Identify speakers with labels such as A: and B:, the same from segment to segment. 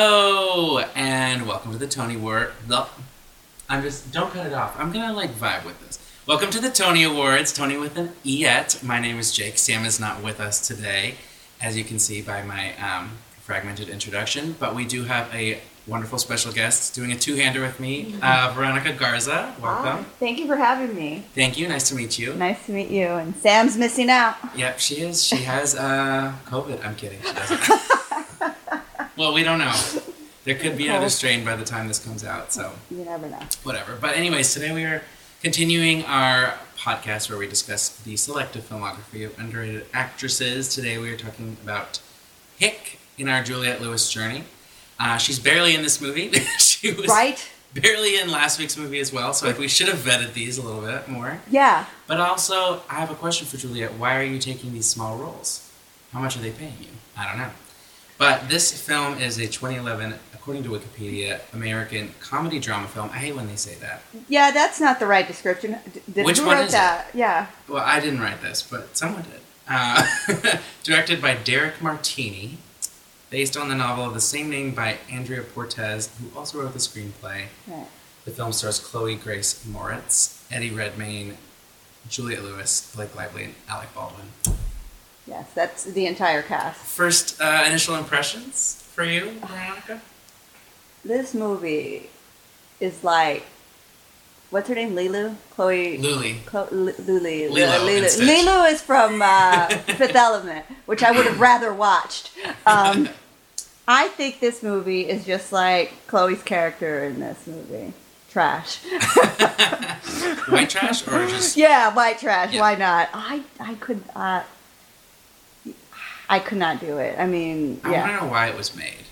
A: Hello and welcome to the Tony Award. The I'm just don't cut it off. I'm gonna like vibe with this. Welcome to the Tony Awards. Tony with an E at. My name is Jake. Sam is not with us today, as you can see by my um, fragmented introduction. But we do have a wonderful special guest doing a two-hander with me, uh, Veronica Garza. Welcome.
B: Hi, Ah, Thank you for having me.
A: Thank you. Nice to meet you.
B: Nice to meet you. And Sam's missing out.
A: Yep, she is. She has uh, COVID. I'm kidding. She doesn't. well, we don't know. There could be another strain by the time this comes out, so
B: You never know.
A: whatever. But, anyways, today we are continuing our podcast where we discuss the selective filmography of underrated actresses. Today we are talking about Hick in our Juliette Lewis journey. Uh, she's barely in this movie. she was
B: Right?
A: barely in last week's movie as well, so we should have vetted these a little bit more.
B: Yeah.
A: But also, I have a question for Juliet. Why are you taking these small roles? How much are they paying you? I don't know. But this film is a 2011, according to Wikipedia, American comedy drama film. I hate when they say that.
B: Yeah, that's not the right description. D- did-
A: Which
B: who
A: one
B: wrote
A: is
B: that? Yeah.
A: Well, I didn't write this, but someone did. Uh, directed by Derek Martini, based on the novel of the same name by Andrea Portes, who also wrote the screenplay.
B: Right.
A: The film stars Chloe Grace Moritz, Eddie Redmayne, Juliet Lewis, Blake Lively, and Alec Baldwin.
B: Yes, that's the entire cast.
A: First uh, initial impressions for you, Veronica?
B: This movie is like, what's her name? Lilu? Chloe?
A: Lily.
B: Chlo- L- Lulu.
A: Lilo
B: Uh, Lulu.
A: instead.
B: Lulu is from uh, Fifth Element, which I would have rather watched. Um, I think this movie is just like Chloe's character in this movie. Trash.
A: White trash or just
B: yeah, white trash.
A: Yeah.
B: Why not? I I could not. I could not do it. I mean,
A: I
B: yeah,
A: want to know why it was made.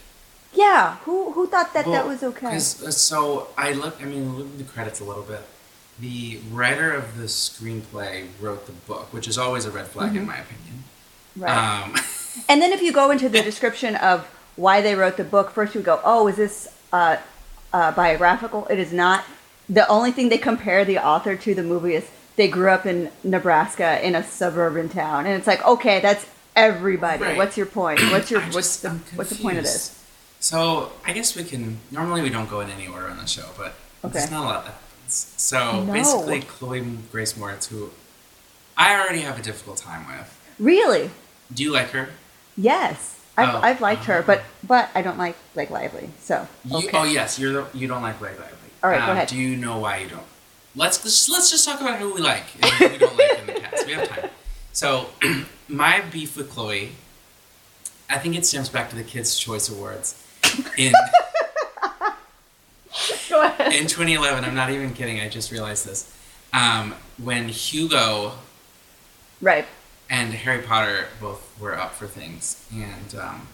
B: yeah. Who who thought that that
A: Well,
B: was okay?
A: 'cause, uh, so I look. I mean, look at the credits a little bit. The writer of the screenplay wrote the book, which is always a red flag in my opinion.
B: Mm-hmm. Right.
A: Um,
B: and then if you go into the description of why they wrote the book, first you go, oh, is this uh, uh, biographical? It is not. The only thing they compare the author to the movie is they grew up in Nebraska in a suburban town, and it's like, okay, that's everybody.
A: Right.
B: What's your point? What's your
A: I
B: what's
A: just-
B: the
A: I'm
B: what's the point of this?
A: confused. So I guess we can. Normally we don't go in any order on the show, but there's
B: Okay.
A: not a lot that happens. So
B: No.
A: basically, Chloe Grace Moritz, who I already have a difficult time with.
B: Really?
A: Do you like her?
B: Yes, I've,
A: Oh.
B: I've liked her, but but I don't like Blake Lively. So
A: You,
B: okay,
A: Oh yes, you're the, you don't like Blake Lively.
B: All right, go
A: Um,
B: ahead.
A: Do you know why you don't? Let's let's, let's just talk about who we like and who we don't like in the cast. We have time. So my beef with Chloe, I think it stems back to the Kids Choice Awards in
B: go ahead.
A: in 2011. I'm not even kidding. I just realized this. Um, when Hugo
B: Right.
A: and Harry Potter both were up for things, and um,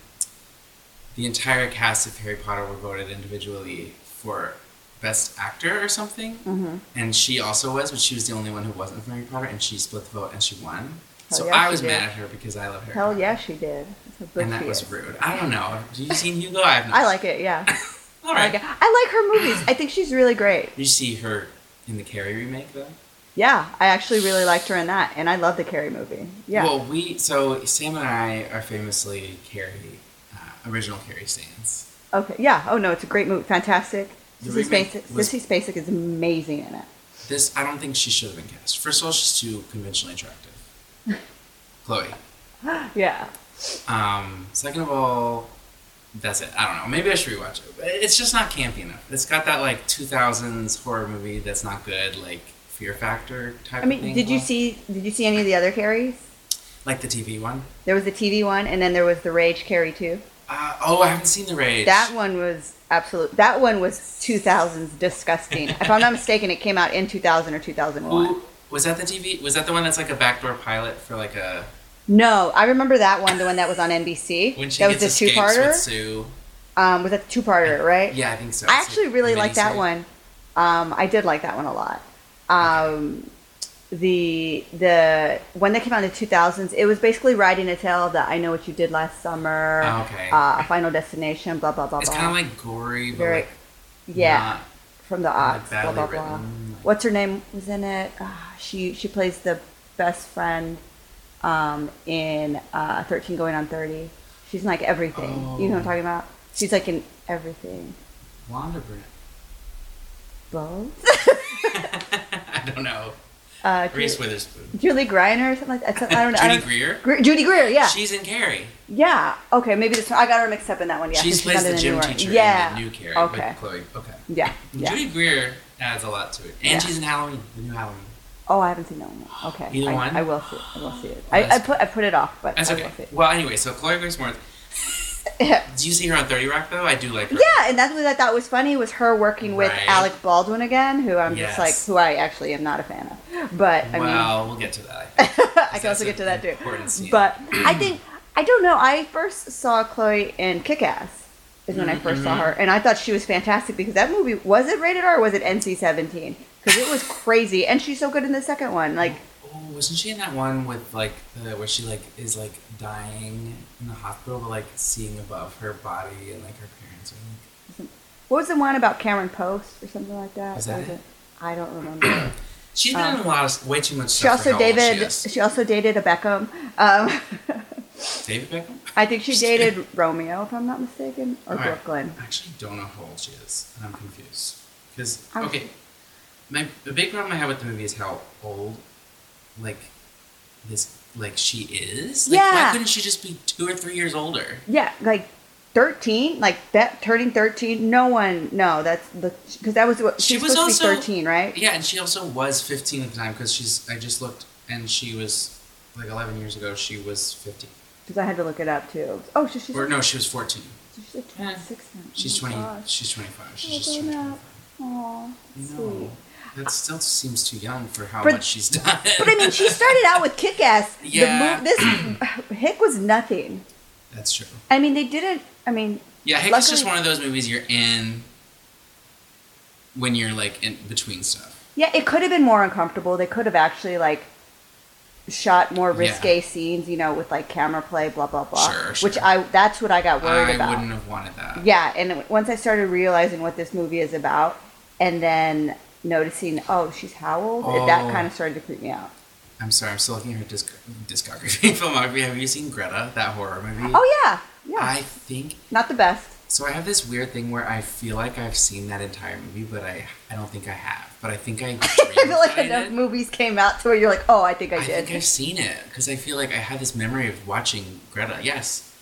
A: the entire cast of Harry Potter were voted individually for best actor or something.
B: Mhm.
A: And she also was, but she was the only one who wasn't from Harry Potter, and she split the vote and she won.
B: Hell
A: so
B: yeah,
A: I
B: she
A: was
B: did.
A: mad at her because I love Harry
B: Hell
A: Potter.
B: yeah, she did. That's how good
A: And that
B: she
A: was
B: is.
A: rude. I don't know. Have you seen Hugo? I have not.
B: I like it. Yeah,
A: All
B: I
A: right.
B: like it. I like her movies. I think she's really great.
A: Did you see her in the Carrie remake though?
B: Yeah, I actually really liked her in that, and I love the Carrie movie. Yeah.
A: Well, we so Sam and I are famously Carrie, uh, original Carrie stands.
B: okay. Yeah. Oh no, it's a great movie. Fantastic.
A: The
B: Sissy
A: remake
B: Spacek,
A: was-
B: Sissy Spacek is amazing in it.
A: This I don't think she should have been cast. First of all, she's too conventionally attractive. Chloe.
B: Yeah.
A: Um, second of all, that's it. I don't know. Maybe I should rewatch it. But It's just not campy enough. It's got that like 2000s horror movie that's not good, like Fear Factor type.
B: I
A: of
B: mean,
A: thing.
B: did you see did you see any of the other Carries?
A: like the TV one?
B: There was the TV one, and then there was the Rage Carrie too.
A: Uh, oh, I haven't seen the Rage.
B: That one was absolute. That one was 2000s disgusting. if I'm not mistaken, it came out in 2000 or 2001.
A: Ooh, was that the TV? Was that the one that's like a backdoor pilot for like a
B: No, I remember that one, the one that was on NBC.
A: when she
B: that was
A: gets
B: the
A: escapes with
B: two-parter.
A: Sue?
B: Um, was that the two-parter, right?
A: Yeah, I think so.
B: I
A: It's a
B: actually really liked that
A: miniseries.
B: one. Um, I did like that one a lot. Um, the the one that came out in the 2000s, it was basically riding a tale that I know what you did last summer.
A: Oh, okay.
B: Uh, Final Destination, blah blah blah
A: It's
B: blah.
A: kind of like gory, but
B: Very-
A: like
B: yeah.
A: not
B: from the
A: Like
B: Ox, blah
A: badly
B: blah blah.
A: written, like-
B: What's her name was in it? Uh, she she plays the best friend um, in uh, Thirteen Going on Thirty. She's in, like everything. You know what I'm
A: Oh.
B: talking about? She's like in everything.
A: Wanda Brand.
B: Both?
A: I don't know.
B: Uh,
A: Reese
B: Ju-
A: Witherspoon.
B: Julie Greiner or something like that. I don't know. I
A: Judy
B: don't-
A: Greer.
B: Gre- Judy Greer, yeah.
A: She's in Carrie.
B: yeah. Okay, maybe this one. I got her mixed up in that one. Yeah.
A: she
B: 'cause
A: plays
B: not in
A: the gym
B: newer-
A: teacher
B: Yeah.
A: in the new Carrie
B: Okay.
A: with Chloe. Okay.
B: Yeah. Yeah.
A: Judy Greer adds a lot to it, and
B: Yeah.
A: she's in Halloween, the new Halloween.
B: Oh, I haven't seen that one. yet. Okay.
A: Either
B: I,
A: one? Oh,
B: I will see it. I will see it. I, I
A: that's-
B: put I put it off, but
A: That's
B: I
A: okay.
B: will see it.
A: Well, anyway, so Chloe Grace Moretz.
B: Yeah.
A: Do you see her on Thirty Rock though? I do like her.
B: Yeah, and that's what I thought was funny was her working with
A: Right.
B: Alec Baldwin again, who I'm
A: Yes.
B: just like, who I actually am not a fan of. But I mean,
A: Well, we'll get to that. I think.
B: I can
A: That's
B: also get to
A: an
B: that too.
A: important scene.
B: But I think I don't know. I first saw Chloe in Kick Ass is when I first
A: Mm-hmm.
B: saw her, and I thought she was fantastic because that movie was it rated R or was it NC seventeen? Because it was crazy, and she's so good in the second one. Like
A: Oh, wasn't she in that one with like the, where she like is like dying in the hospital, but like seeing above her body and like her parents? Are,
B: what was the one about Cameron Post or something like that?
A: Was that
B: Was
A: it?
B: it? I don't remember.
A: she's been in a lot of way too much
B: Um, she
A: stuff. for
B: also
A: how old
B: dated.
A: She
B: She,
A: is.
B: also dated a Beckham. Um,
A: David Beckham.
B: I think she
A: Just
B: dated Romeo, if I'm not mistaken, or
A: All right.
B: Brooklyn.
A: I actually don't know how old she is, and I'm confused. Because
B: I'm-
A: okay, my the big problem I have with the movie is how old, like, this like she is. Like, Why
B: Yeah.
A: couldn't she just be two or three years older?
B: Yeah, like thirteen, like that turning thirteen. No one, no, that's the because that was what she, was supposed to be thirteen, right?
A: Yeah, and she also was 15 at the time because she's. I just looked, and she was like 11 years ago. She was 15,
B: Because I had to look it up too. Oh, so she's
A: or no, she was 14.
B: she's like twenty six now.
A: She's
B: oh my
A: 20.
B: gosh.
A: She's 25. She's
B: Oh,
A: just
B: they're
A: 25.
B: not- Aw,
A: No,
B: sweet.
A: that still seems too young for how
B: But-
A: much she's done.
B: But I mean, she started out with Kick Ass.
A: Yeah.
B: The move, this Hick was nothing.
A: That's true.
B: I mean, they didn't. I mean,
A: Yeah, Hick is just
B: Luckily-
A: one of those movies you're in when you're like in between stuff.
B: Yeah, it could have been more uncomfortable. They could have actually like shot more risque scenes, you know, with like camera play, blah blah blah.
A: Sure,
B: Which
A: sure.
B: I that's what I got
A: I
B: worried about.
A: wouldn't have wanted that.
B: Yeah, and it- once I started realizing what this movie is about, and then noticing, oh, she's how old? It-
A: Oh.
B: That kind of started to creep me out.
A: I'm sorry, I'm still looking at her disc- discography, filmography. Have you seen Greta, that horror movie?
B: Oh yeah, yeah,
A: Mm. I think
B: not the best.
A: so. I have this weird thing where I feel like I've seen that entire movie, but I I don't think I have. But I think I.
B: I feel like
A: dreamed I
B: enough
A: did.
B: movies came out to where you're like, oh, I think I
A: I
B: did.
A: think I've seen it because I feel like I have this memory of watching Greta. Yes,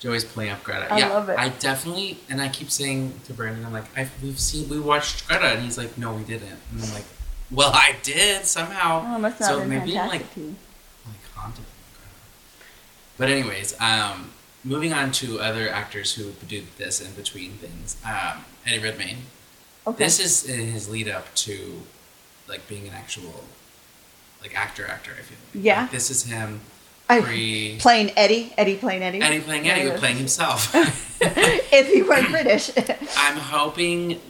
A: Joey's playing up Greta.
B: I
A: yeah,
B: love it.
A: I definitely, and I keep saying to Brandon, I'm like, I've, we've seen, we watched Greta, and he's like, no, we didn't. And I'm like, well, I did somehow.
B: oh, it must not
A: so
B: have been
A: maybe I'm like,
B: fantastic to you.
A: like haunted by Greta. But anyways, um, moving on to other actors who do this in between things. Um, Eddie Redmayne.
B: Okay.
A: This is in his lead up to like being an actual like actor actor. I feel like.
B: Yeah.
A: Like, this is him.
B: I-
A: Pre-
B: playing Eddie, Eddie playing Eddie.
A: Eddie playing Eddie,
B: Yeah.
A: but playing himself.
B: if he weren't British.
A: I'm hoping.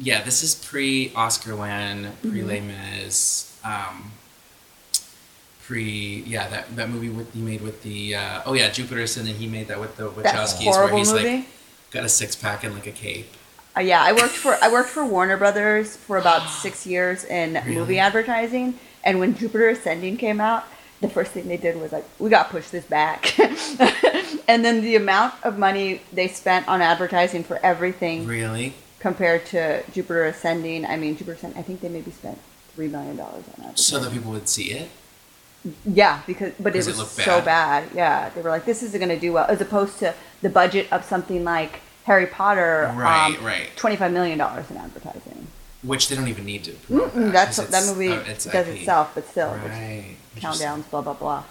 A: Yeah, this is pre Oscar win,
B: Mm-hmm.
A: pre Les Mis, um, pre yeah that, that movie with, he made with the uh, oh yeah Jupiter Ascending. He made that with the
B: That's
A: Wachowskis where
B: horrible
A: he's
B: movie.
A: like got a six pack and like a cape.
B: Uh, yeah, I worked for I worked for Warner Brothers for about six years in
A: Really?
B: movie advertising, and when Jupiter Ascending came out, the first thing they did was like, we got to push this back, and then the amount of money they spent on advertising for everything
A: Really?
B: compared to Jupiter Ascending, I mean Jupiter Ascending, I think they maybe spent three million dollars on advertising.
A: So that people would see it.
B: Yeah, because but it
A: Because it
B: was
A: looked
B: so bad. Yeah, they were like, this isn't going to do well, as opposed to the budget of something like Harry Potter,
A: Right,
B: um,
A: right.
B: twenty-five million dollars in advertising.
A: Which they don't even need to. promote
B: Mm-mm,
A: that,
B: that's
A: 'cause
B: that
A: it's-
B: movie
A: uh, it's
B: does
A: IP.
B: itself, but still, there's
A: Right. Interesting.
B: countdowns, blah blah blah.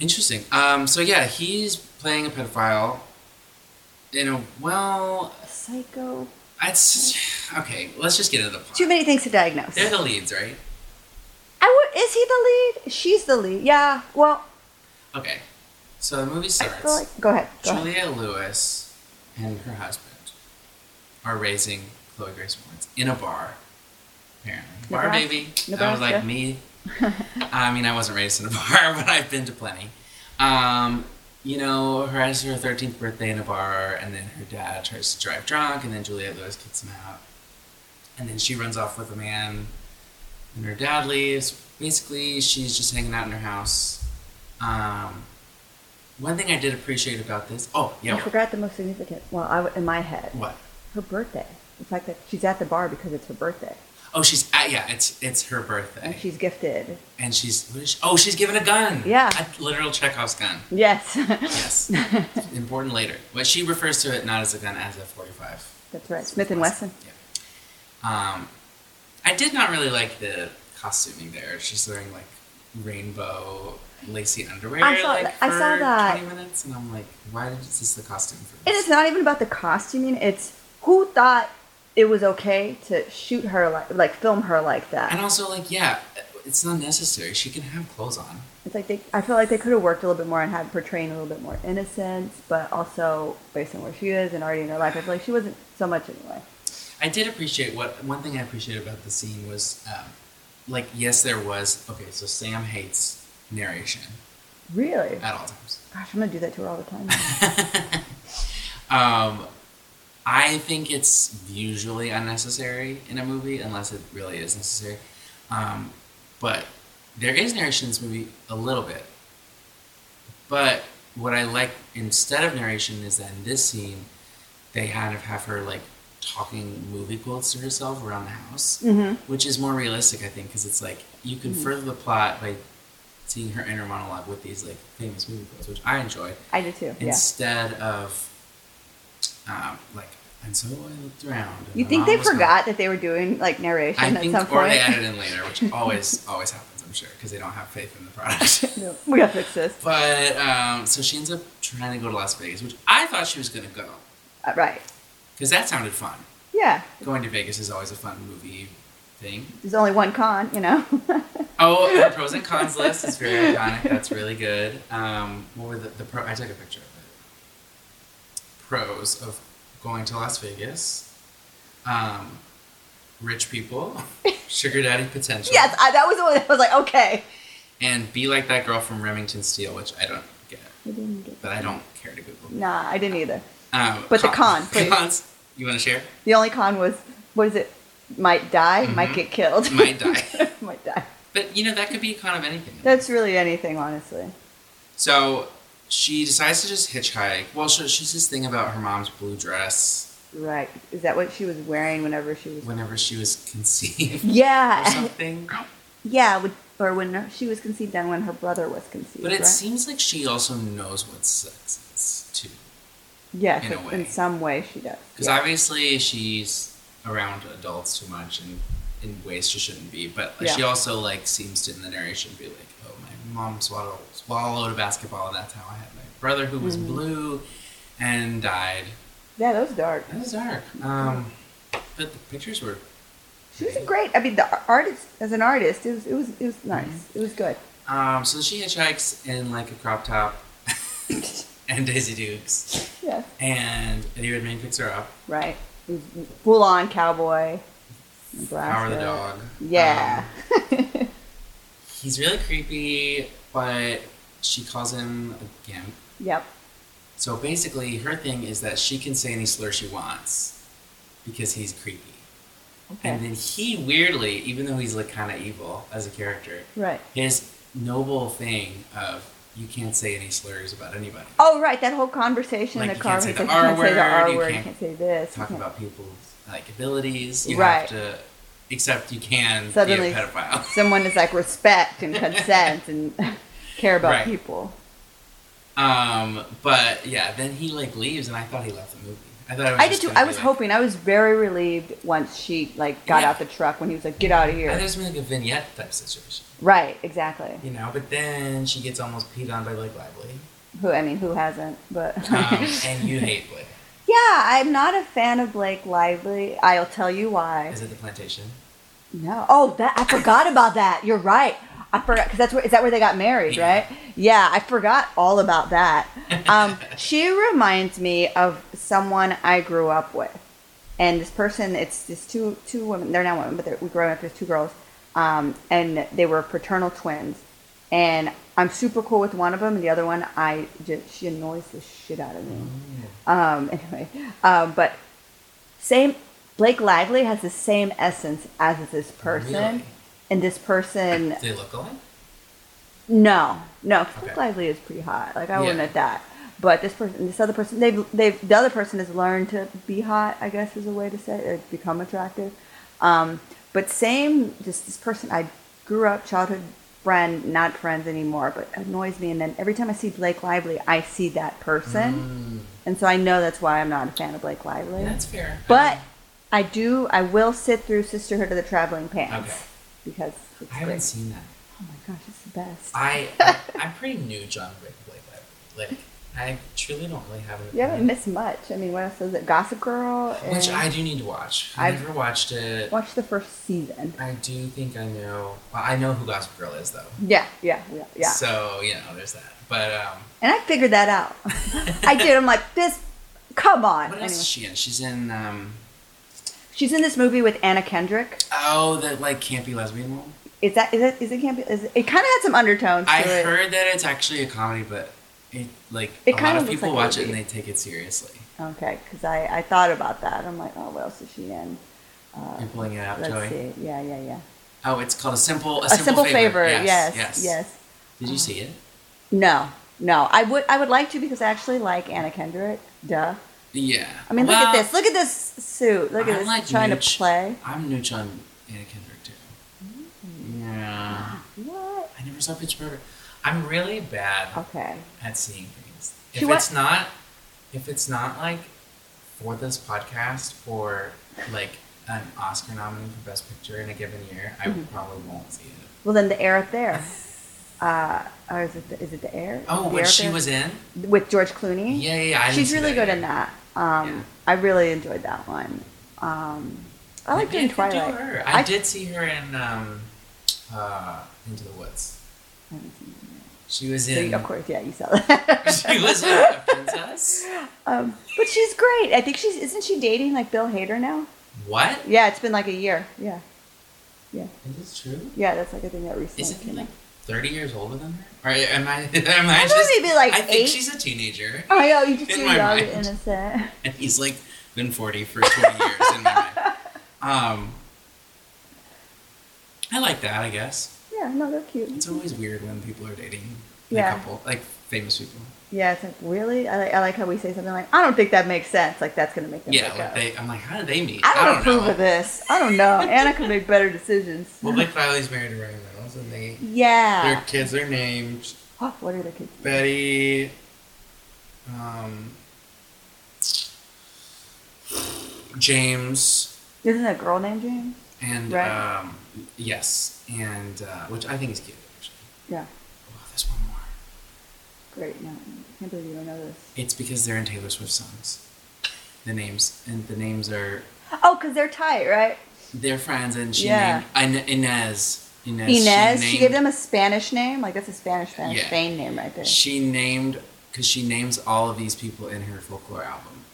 A: Interesting. Um, so yeah, he's playing a pedophile. In a well,
B: Psycho.
A: it's okay. Let's just get into the plot.
B: Too many things to diagnose.
A: They're the leads, right?
B: I would. Is he the lead? She's the lead. Yeah. Well,
A: Okay. So the movie
B: I
A: starts.
B: feel like. Go ahead. Go ahead.
A: Julia Lewis and her husband are raising Chloe Grace Moretz in a bar. Apparently, bar
B: Nebraska-
A: baby. I was like
B: Nebraska.
A: me. I mean, I wasn't raised in a bar, but I've been to plenty. Um, you know, her has her thirteenth birthday in a bar, and then her dad tries to drive drunk, and then Juliette Lewis kicks him out, and then she runs off with a man, and her dad leaves. Basically, she's just hanging out in her house. Um, One thing I did appreciate about this. Oh, yeah.
B: I forgot the most significant. Well, I w in my head,
A: What?
B: her birthday. The fact that she's at the bar because it's her birthday,
A: Oh, she's at, yeah. It's it's her birthday,
B: and she's gifted.
A: and she's what is she, oh she's given a gun.
B: Yeah.
A: a literal Chekhov's gun.
B: Yes,
A: Yes, important later. But she refers to it not as a gun, as a forty-five.
B: that's right. Smith and Wesson.
A: Yeah. Um, I did not really like the costuming there. She's wearing like rainbow lacy underwear.
B: I saw
A: like,
B: that- I saw
A: for
B: that.
A: Twenty minutes, and I'm like, why did, is this the costume for
B: And
A: this?
B: it's not even about the costuming. It's who thought it was okay to shoot her like, like film her like
A: And
B: that.
A: also, like, yeah, it's not necessary. She can have clothes on.
B: It's like they. I feel like they could have worked a little bit more and had portraying a little bit more innocence, but also based on where she is and already in her life, I feel like she wasn't so much anyway.
A: I did appreciate what one thing I appreciated about the scene was, um, like, yes, there was okay. So Sam hates narration
B: Really?
A: at all times.
B: Gosh, I'm gonna do that to her all the time.
A: um, I think it's usually unnecessary in a movie unless it really is necessary. Um, but there is narration in this movie a little bit. But what I like instead of narration is that in this scene, they kind of have her like talking movie quotes to herself around the house,
B: mm-hmm.
A: which is more realistic, I think, because it's like you can further the plot by seeing her inner monologue with these like famous movie quotes, which I enjoyed
B: I do too. Yeah.
A: instead of um, like and so I looked around. and
B: You
A: my
B: think
A: mom
B: they
A: was gone.
B: forgot that they were doing like narration
A: I
B: at
A: think,
B: some
A: or
B: point?
A: they added in later, which always always happens, I'm sure, because they don't have faith in the product.
B: no, we gotta fix this.
A: but um, so she ends up trying to go to Las Vegas, which I thought she was gonna go
B: Uh, right.
A: because that sounded fun.
B: Yeah.
A: Going to Vegas is always a fun movie thing.
B: There's only one con, you know.
A: Oh, the pros and cons list is very iconic. That's really good. Um, what were the, the pro? I took a picture of it. Pros of going to Las Vegas. Um, rich people, sugar daddy potential.
B: yes, I, that was the one that was like, okay.
A: And be like that girl from Remington Steel, which I don't get,
B: I didn't get
A: but I don't care to Google.
B: Nah, I didn't either.
A: Um,
B: But the con, please.
A: cons. You want to share?
B: The only con was, what is it? Might die, might
A: Mhm.
B: get killed.
A: Might die.
B: might die.
A: But you know that could be a con of anything.
B: That's really anything, honestly.
A: so she decides to just hitchhike. Well, she, she's this thing about her mom's blue dress.
B: Right. Is that what she was wearing whenever she was?
A: whenever she was conceived or
B: Yeah.
A: something.
B: yeah. With, or when she was conceived and when her brother was conceived.
A: But it
B: right?
A: seems like she also knows what sex is too,
B: yes,
A: in a
B: in,
A: way.
B: some way she does.
A: because
B: yeah.
A: obviously she's around adults too much and in ways she shouldn't be. But like, she
B: Yeah.
A: also like seems to in the narration be like, "Oh, my mom swallowed swallowed a basketball, and that's how I had my brother who was
B: Mhm.
A: blue and died."
B: yeah, that was dark.
A: That was dark. Um, but the pictures were
B: She was a great. I mean, the ar- artist as an artist, it was it was it was nice.
A: Mm-hmm.
B: It was good.
A: Um, so she hitchhikes in like a crop top and Daisy Dukes,
B: Yeah.
A: and Eddie Redmayne picks her up.
B: Right. It was full on cowboy.
A: Power the
B: Nebraska.
A: dog.
B: Yeah.
A: Um, he's really creepy, but she calls him a gimp.
B: yep.
A: So basically, her thing is that she can say any slur she wants because he's creepy.
B: Okay.
A: And then he, weirdly, even though he's like kind of evil as a character,
B: right.
A: his noble thing of you can't say any slurs about anybody.
B: Oh, right. That whole conversation
A: Like,
B: in the
A: you
B: car.
A: can't say
B: was
A: the
B: like, you can't say the
A: R word,
B: R
A: you
B: word. You
A: can't
B: can't say this. you
A: talk
B: can't-
A: about people's like abilities. You
B: Mm-hmm.
A: have
B: Right.
A: to, except you can
B: Suddenly-
A: be a pedophile.
B: Someone is like respect and consent and care about
A: Right.
B: people.
A: Um, but yeah, then he like leaves, and I thought he left the movie. I thought it was
B: I did
A: just
B: too.
A: gonna
B: I
A: be,
B: was
A: like-
B: hoping. I was very relieved once she like got
A: Yeah.
B: out the truck when he was like, "Get out of
A: I
B: here."
A: thought it was gonna be like a vignette type situation,
B: right. Exactly.
A: you know. But then she gets almost peed on by Blake Lively,
B: Who I mean, who hasn't? But
A: um, and you hate Blake.
B: Yeah, I'm not a fan of Blake Lively. I'll tell you why.
A: Is it the plantation?
B: No. Oh, that I forgot about that. You're right. I forgot because that's where is that where they got married,
A: Yeah.
B: right? Yeah, I forgot all about that. Um, she reminds me of someone I grew up with, and this person. It's this two two women. They're not women, but they're, we grew up with two girls, um, and they were fraternal twins. And I'm super cool with one of them, and the other one, I just she annoys the shit out of me. Um, anyway, um, but same Blake Lively has the same essence as this person,
A: Really?
B: and this person
A: They look alike.
B: No, no. 'cause
A: Okay.
B: Blake Lively is pretty hot. Like I
A: Yeah.
B: won't admit that. But this person, this other person, they've they've the other person has learned to be hot. I guess is a way to say it, or become attractive. Um, but same, just this person I grew up childhood friend, not friends anymore, but annoys me. And then every time I see Blake Lively, I see that
A: Mm.
B: person, and so I know that's why I'm not a fan of Blake Lively.
A: That's fair.
B: but I do. I will sit through Sisterhood of the Traveling Pants
A: Okay.
B: because it's
A: I haven't
B: great.
A: seen that.
B: oh my gosh, it's the best.
A: I, I I'm pretty new John Wick Blake Lively. Like I truly don't really have an
B: You haven't
A: opinion,
B: missed much. I mean, what else is it? Gossip Girl. And
A: which I do need to watch. I
B: I've-
A: never watched it.
B: watched the first season.
A: I do think I know. Well, I know who Gossip Girl is though.
B: Yeah, yeah, yeah, yeah.
A: So you know, there's that. But um,
B: And I figured that out. I did. I'm like, this. Come
A: what
B: on.
A: else
B: Anyway,
A: is she in? She's in um.
B: she's in this movie with Anna Kendrick.
A: Oh, that like campy lesbian one.
B: Is that is it is it can't be? Is it, it kind of had some undertones. To
A: I
B: it.
A: heard that it's actually a comedy, but it like a
B: It
A: lot
B: kinda
A: of
B: looks
A: people
B: like a
A: watch it and
B: movie.
A: they take it seriously.
B: Okay, because I I thought about that. I'm like, oh, what else is she in? Uh,
A: You're pulling it out,
B: let's
A: Joey.
B: see. Yeah, yeah, yeah.
A: Oh, it's called a simple a,
B: A simple, favor.
A: Yes,
B: yes.
A: yes.
B: yes.
A: Did you see it?
B: No, no. I would I would like to because I actually like Anna Kendrick. Duh.
A: Yeah.
B: I mean, look at
A: Well,
B: this. Look at this suit. Look at
A: I'm
B: this.
A: like
B: trying
A: Nooch.
B: to play.
A: I'm new on Anna Kendrick too.
B: Mm.
A: Yeah.
B: What?
A: I never saw Pitch Perfect. I'm really bad
B: Okay.
A: at seeing things.
B: She
A: If
B: wa-
A: it's not, if it's not like for this podcast for like an Oscar nominee for Best Picture in a given year, I
B: Mm-hmm.
A: probably won't see it.
B: Well, then the air up there. Uh, or is it the, is it the air?
A: Oh,
B: the
A: when
B: Air Up
A: she
B: There?
A: was in?
B: with George Clooney.
A: Yeah, yeah, yeah. I didn't
B: Hmm? she's
A: see
B: really
A: that
B: good
A: yet.
B: in that. Um,
A: Yeah.
B: I really enjoyed that one. Um, I liked her
A: Maybe
B: in
A: I could do
B: Twilight.
A: her. I,
B: I-
A: did see her in um, uh, Into the Woods.
B: I haven't seen it yet.
A: She was
B: So,
A: in.
B: you- of course, yeah, you saw that.
A: she was in a princess.
B: um, but she's great. I think she's isn't she dating like Bill Hader now?
A: What?
B: Yeah, it's been like a year. Yeah, yeah,
A: Is this true?
B: yeah. That's like a thing that recently
A: Isn't he
B: came out.
A: like thirty years older than her? Or am I? Am I,
B: I thought
A: just?
B: maybe, like,
A: I think
B: eight.
A: she's a teenager,
B: Oh my god, you just
A: In
B: too
A: my
B: young and
A: mind.
B: innocent.
A: and he's like been forty for twenty years in my mind. Um, I like that. I guess
B: Yeah, no, they're cute.
A: it's always weird when people are dating a
B: Mm-hmm. Yeah.
A: couple, like famous people.
B: yeah, it's like really. I like, I like how we say something like, "I don't think that makes sense." Like that's gonna make them.
A: Yeah,
B: break
A: like
B: up.
A: they. I'm like, how did they meet?
B: I don't, approve
A: know.
B: of this. I don't know. Anna could make better decisions.
A: Well, Blake Lively's married to Ryan Reynolds, and they their
B: yeah.
A: kids are named
B: Oh, what are the kids?
A: Betty. Um, James.
B: Isn't that a girl named Jane?
A: And
B: Right.
A: um, yes, and uh, which I think is cute actually.
B: Yeah.
A: Oh, there's one more.
B: Great. No, I can't believe you don't know this.
A: It's because they're in Taylor Swift songs. The names and the names are
B: Oh, because they're tight, right?
A: they're friends, and she
B: Yeah.
A: named I, Inez. Inez.
B: Inez. She, gave
A: named-
B: them a Spanish name. Like that's a Spanish, Spanish,
A: Yeah.
B: Spain name right there.
A: She named because she names all of these people in her folklore album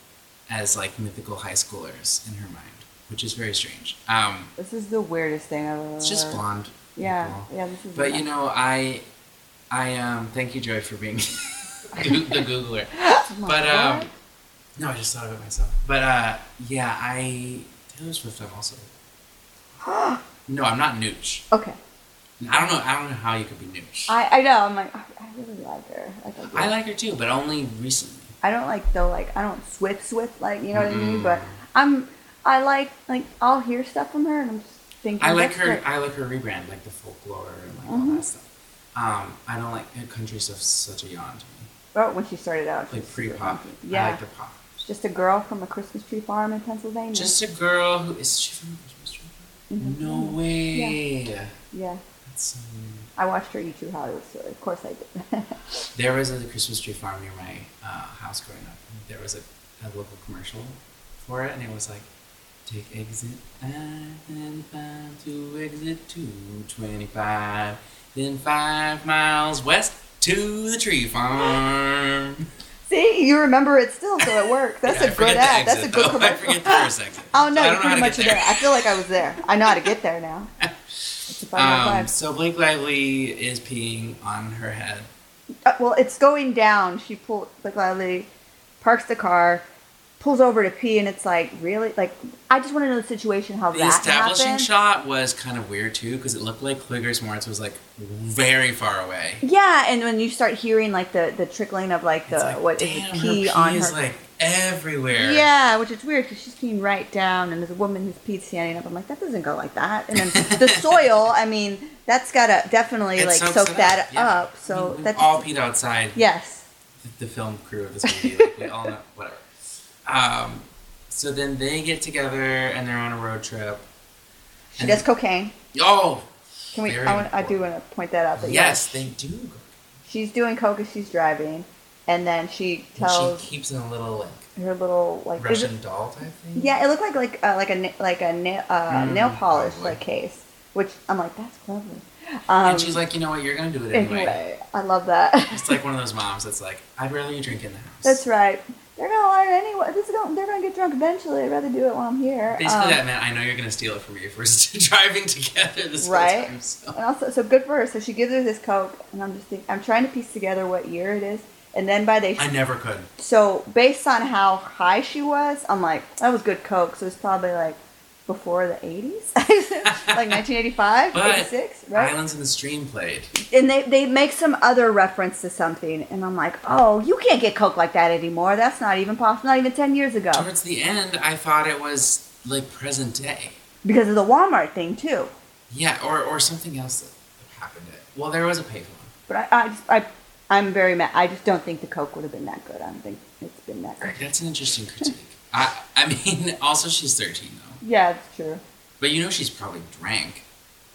A: as like mythical high schoolers in her mind, which is very strange. Um,
B: this is the weirdest thing I've ever.
A: it's just
B: heard.
A: blonde.
B: Uh, Yeah.
A: people.
B: Yeah. This is.
A: But you know, I, I um, thank you, Joy, for being Goo- the Googler.
B: Oh my
A: But
B: God.
A: um, no, I just thought of it myself. But uh, yeah, I Taylor Swift. I'm also no, I'm not nooch.
B: Okay.
A: I don't know. I don't know how you could be nooch. I,
B: I, I know. I'm like, I, I really like her. Like, I, do.
A: like her too, but only recently.
B: I don't like the like. I don't swift swift like you know what I mean.
A: Mm-mm.
B: But I'm. I like like I'll hear stuff from her and I'm just thinking.
A: I like
B: that's
A: her.
B: great.
A: I like her rebrand, like the folklore and like all
B: Mhm.
A: that stuff. Um, I don't like her country stuff. Such a yawn to me.
B: Oh, when she started out, she
A: Like
B: was
A: pretty
B: super
A: pop.
B: funky.
A: I
B: Yeah,
A: like the pop.
B: just a girl from a Christmas tree farm in Pennsylvania.
A: Just a girl who is she from Christmas Tree?
B: Mhm.
A: No way.
B: yeah.
A: That's so weird.
B: I watched her YouTube Hollywood story. Of course I did.
A: There was a Christmas tree farm near my uh, house growing up. and There was a, a local commercial for it, and it was like, "Take exit I and five to exit two twenty-five, then five miles west to the tree farm."
B: See, you remember it still, so it worked. That's
A: Yeah, I
B: a good
A: forget the
B: ad. That's a
A: exit,
B: good
A: though.
B: commercial.
A: I forget the first exit.
B: Oh no,
A: so I don't
B: you're
A: know how
B: pretty
A: to
B: much
A: get
B: there. I feel like I was there. I know how to get there now. It's a five
A: Um,
B: um,
A: so Blake Lively is peeing on her head.
B: Uh, well, it's going down. She pulled like Lively, parks the car, pulls over to pee, and it's like, really? Like, I just want to know the situation, how
A: The
B: that
A: establishing
B: happened.
A: shot was kind of weird too because it looked like Kluger's Moritz was like very far away.
B: Yeah, and when you start hearing like the the trickling of like the
A: It's like,
B: what is
A: damn,
B: it,
A: her
B: pee on
A: is
B: her.
A: like everywhere.
B: yeah, which is weird because she's peeing right down, and there's a woman who's peed standing up. I'm like, that doesn't go like that. And then the soil, I mean, that's gotta definitely
A: It
B: like
A: soaks
B: soak
A: it
B: that
A: yeah. I
B: up.
A: mean,
B: So
A: we've
B: that's
A: all peed outside.
B: yes,
A: the film crew of this movie. Like, we all know, whatever. Um, so then they get together and they're on a road trip.
B: she
A: And-
B: does cocaine.
A: Oh,
B: Can we?
A: Very
B: I, want, I do
A: important.
B: want to point that out. That
A: yes, they do.
B: she's doing coke as she's driving, and then she
A: And
B: tells
A: she keeps in a little like
B: her little like is it-
A: Russian doll type thing.
B: Yeah, it looked like like uh, like a na- like a na- uh,
A: Mm,
B: nail polish
A: probably.
B: like case, which I'm like that's clever. Um,
A: and she's like, you know what, you're gonna do it anyway.
B: I love that.
A: It's like one of those moms that's like, I'd rather you drink in the house.
B: that's right. They're gonna learn anyway. This is gonna, they're gonna get drunk eventually. I'd rather do it while I'm here.
A: Basically,
B: Um,
A: that meant I know you're gonna steal it from me if we're driving together this
B: Right.
A: whole time. So.
B: And also, so good for her. So she gives her this coke, and I'm just think, I'm trying to piece together what year it is, and then by they
A: I never could.
B: so based on how high she was, I'm like that was good coke. So it's probably like before the 80s, like 1985,
A: But
B: 86, right?
A: Islands in the Stream played.
B: and they, they make some other reference to something and i'm like oh you can't get coke like that anymore that's not even possible not even 10 years ago
A: Towards the end, I thought it was like present day.
B: because of the walmart thing too
A: Yeah, or, or something else that happened. At, well, there was a payphone.
B: but i, I, just, I i'm very mad i just don't think the coke would have been that good i don't think it's been that good
A: That's an interesting critique. I, I mean, also she's 13 though.
B: yeah that's true
A: But you know she's probably drank.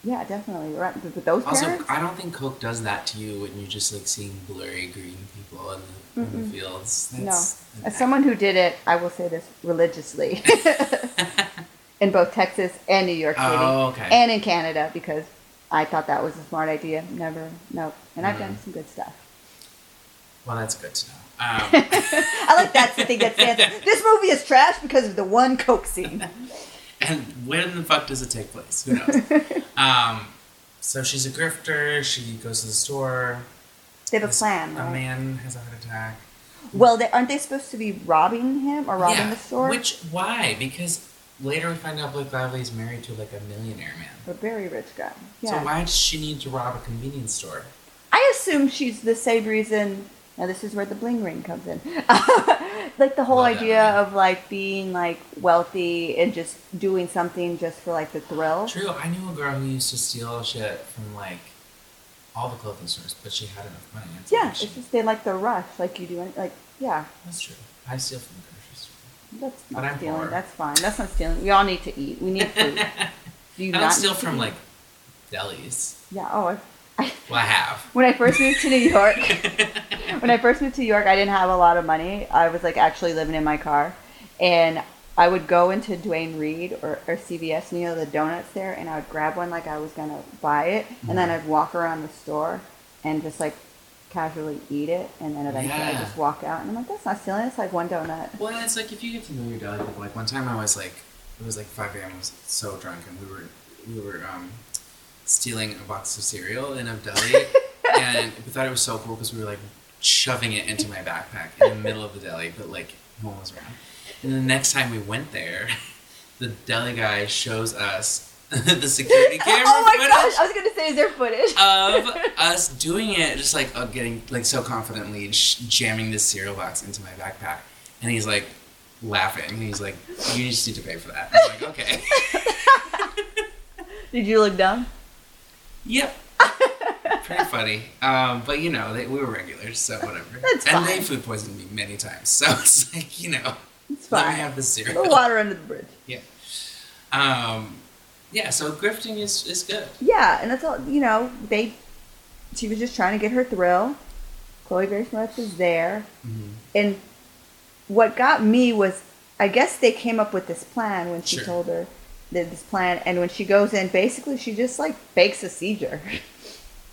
B: yeah definitely You're right. but but those
A: Also,
B: parents
A: I don't think Coke does that to you when you're just like seeing blurry green people in the, in the
B: Mm-mm.
A: fields.
B: No.
A: That's an
B: as
A: act.
B: someone who did it i will say this religiously in both texas and new york city
A: Oh, okay.
B: and in canada because i thought that was a smart idea never no and i've
A: Mm-hmm.
B: done some good stuff
A: well, that's good to know. Um,
B: I like that's the thing that stands. out. This movie is trash because of the one coke scene.
A: and when the fuck does it take place? Who knows? um, so she's a grifter. She goes to the store.
B: They have a
A: This-
B: plan,
A: A
B: right?
A: man has a heart attack.
B: Well, they, aren't they supposed to be robbing him or robbing
A: Yeah,
B: the store?
A: Which why? Because later we find out Blake Lively is married to like a millionaire man.
B: a very rich guy.
A: So
B: Yeah.
A: why does she need to rob a convenience store?
B: I assume she's the same reason. Now this is where the bling ring comes in. like the whole
A: Love that
B: idea
A: movie.
B: of like being like wealthy and just doing something just for like the thrill.
A: True, I knew a girl who used to steal shit from like all the clothing stores, but she had enough money. That's
B: Yeah,
A: all
B: it's
A: she-
B: just they like the rush, like you do, any- like yeah.
A: that's true. I steal from the grocery store.
B: That's
A: But
B: not
A: I'm
B: stealing.
A: poor.
B: That's fine. That's not stealing. We all need to eat. We need food. Do you
A: I don't
B: not
A: steal
B: need to
A: from
B: eat?
A: like delis.
B: Yeah. Oh, I, I,
A: Well, I have.
B: when I first moved to New York, when I first moved to New York, I didn't have a lot of money. I was like actually living in my car, and I would go into Dwayne Reed or, or CVS, and you know the donuts there, and I would grab one like I was gonna buy it, and then I'd walk around the store and just like casually eat it, and then eventually I
A: Yeah.
B: just walk out, and I'm like, that's not stealing. It's like one donut.
A: Well, and it's like if you get to know your deli people. Like one time, I was like, it was like five a.m. I was so drunk, and we were we were um, stealing a box of cereal in a deli, and we thought it was so cool because we were like shoving it into my backpack in the middle of the deli, but like no one was around. And the next time we went there, the deli guy shows us the security camera
B: oh my
A: footage
B: gosh! I was gonna say, is there footage?
A: of us doing it, just like of getting like so confidently and sh- jamming this cereal box into my backpack, and he's like laughing. And he's like, "You just need to pay for that." I'm like, "Okay,
B: Did you look dumb?
A: yep." Pretty funny, um, but you know they, we were regulars, so whatever.
B: That's
A: and
B: fine.
A: they food poisoned me many times, so it's like you know,
B: It's
A: let me
B: fine.
A: have the
B: A
A: cereal.
B: little water under the bridge.
A: Yeah, um, yeah. So grifting is is good.
B: Yeah, and that's all. You know, they. She was just trying to get her thrill. Chloe Grace Moretz was there,
A: Mhm.
B: and what got me was, I guess they came up with this plan when she
A: Sure.
B: told her that this plan, and when she goes in, basically she just like fakes a seizure.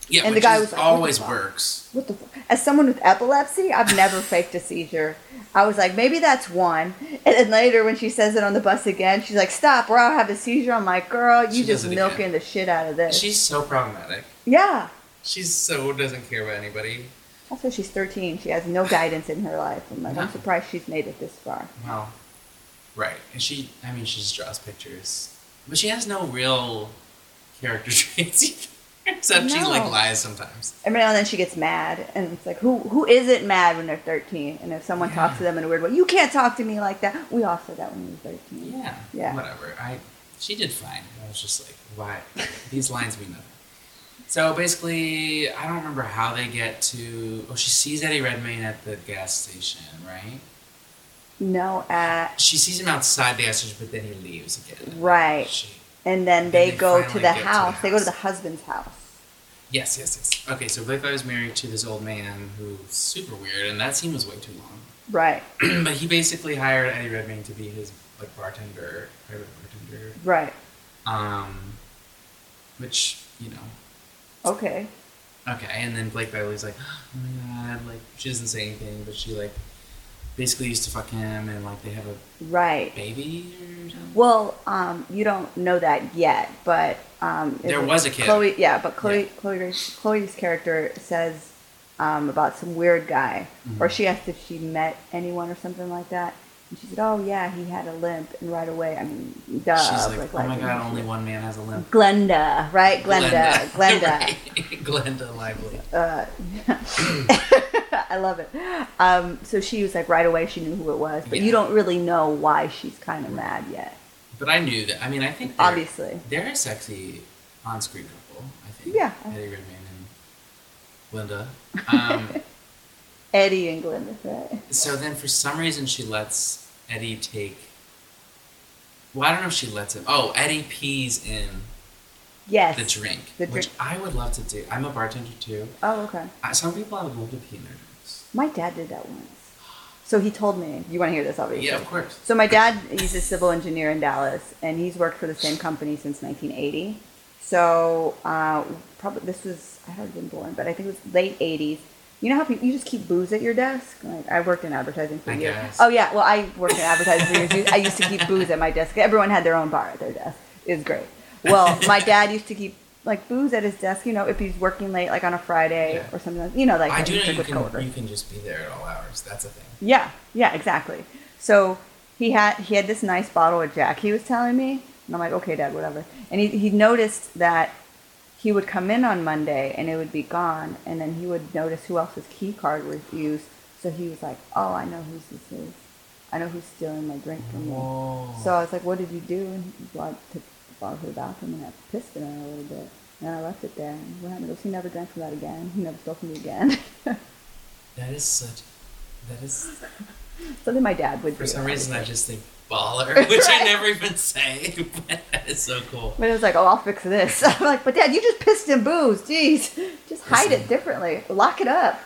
A: Yeah,
B: And the
A: which
B: guy
A: is-
B: was like, what the
A: always
B: fuck?
A: works.
B: What the? fu- As someone with epilepsy, I've never faked a seizure. I was like, maybe that's one. And then later, when she says it on the bus again, she's like, "Stop, or I'll have a seizure." I'm like, "Girl, you
A: She does
B: just
A: it
B: milking
A: again.
B: the shit out of this."
A: She's so problematic.
B: yeah,
A: She's so doesn't care about anybody.
B: also she's 13. She has no guidance in her life. I'm like, I'm surprised she's made it this far.
A: Well, Right. And she, I mean, she just draws pictures. But she has no real character traits either, except she, like,
B: No.
A: lies sometimes.
B: Every now and then she gets mad, and it's like, who who isn't mad when they're 13? And if someone talks to them in a weird way, you can't talk to me like that. We all said that when we were 13.
A: Yeah.
B: Yeah.
A: Whatever. I, she did fine. I was just like, why? These lines mean nothing. So basically, I don't remember how they get to. Oh, she sees Eddie Redmayne at the gas station, right?
B: No, uh,
A: She sees him outside the gas station, but then he leaves again.
B: right.
A: She,
B: And then
A: And
B: they,
A: they
B: go
A: finally
B: to
A: get
B: the
A: to the
B: house. They go to
A: house.
B: the husband's house.
A: Yes, yes, yes. Okay, so Blake was married to this old man who's super weird, and that scene was way too long.
B: Right,
A: but he basically hired Eddie Redmayne to be his like bartender, private bartender.
B: right.
A: Um, which you know,
B: Okay.
A: okay. And then Blake Lively's like, oh my god, like she doesn't say anything, but she like basically used to fuck him, and like they have a
B: Right.
A: baby or something.
B: Well, um, you don't know that yet, but um, it
A: There was a kid.
B: Chloe, yeah, but Chloe, Chloe, Grace- Chloe's character says um, about some weird guy, or
A: Mhm.
B: she asked if she met anyone or something like that, and she said, "Oh yeah, he had a limp," and right away, I mean, duh,
A: She's like, oh my
B: like,
A: god, only one man has a limp.
B: Glenda, right? Glenda, Glenda.
A: Right. Glenda Lively.
B: Uh, I love it. Um, so she was like, right away, she knew who it was, but
A: Yeah.
B: you don't really know why she's kind of mad yet,
A: But I knew that. I mean, I think they're-
B: obviously.
A: They're a sexy on-screen couple, I think.
B: Yeah.
A: Eddie Redmayne and Linda. Um,
B: Eddie and Glenda, right?
A: so then, for some reason, she lets Eddie take. Well, I don't know if she lets him. Oh, Eddie pees in
B: Yes.
A: the drink,
B: The
A: which
B: drink.
A: I would love to do. I'm a bartender too.
B: Oh, okay.
A: I, some people I would love to pee in their drinks.
B: My dad did that once. So he told me, you want to hear this, obviously.
A: Yeah, of course.
B: So my dad, he's a civil engineer in Dallas, and he's worked for the same company since 1980. So uh, probably this was, I had been born, but I think it was late 80s. You know how people, you just keep booze at your desk? Like, I worked in advertising for
A: I
B: years.
A: guess.
B: Oh, yeah. Well, I worked in advertising for years. I used to keep booze at my desk. Everyone had their own bar at their desk. It was great. Well, my dad used to keep like booze at his desk, you know, if he's working late, like on a Friday
A: Yeah.
B: or something, like, you know, like
A: I
B: that
A: do
B: you
A: know
B: drink
A: you
B: with
A: can,
B: coworkers.
A: you can just be there at all hours. That's a thing.
B: Yeah, yeah, exactly. So he had he had this nice bottle of Jack. He was telling me, and I'm like, okay, Dad, whatever. And he he noticed that he would come in on Monday and it would be gone, and then he would notice who else's key card was used. So he was like, oh, I know whose this is. I know who's stealing my drink from me.
A: Whoa.
B: Mm-hmm. So I was like, what did you do? And he well, I took the bottle to the bathroom and I pissed in it a little bit. And I left it there. And what happened was he never drank from that again. He never stole from me again.
A: that is such. That is
B: Something my dad would do.
A: For some reason, I just think baller,
B: Right.
A: which I never even say, but it's so cool.
B: But it was like, oh, I'll fix this. I'm like, but Dad, you just pissed in booze. Jeez, just hide
A: Listen.
B: it differently. Lock it up.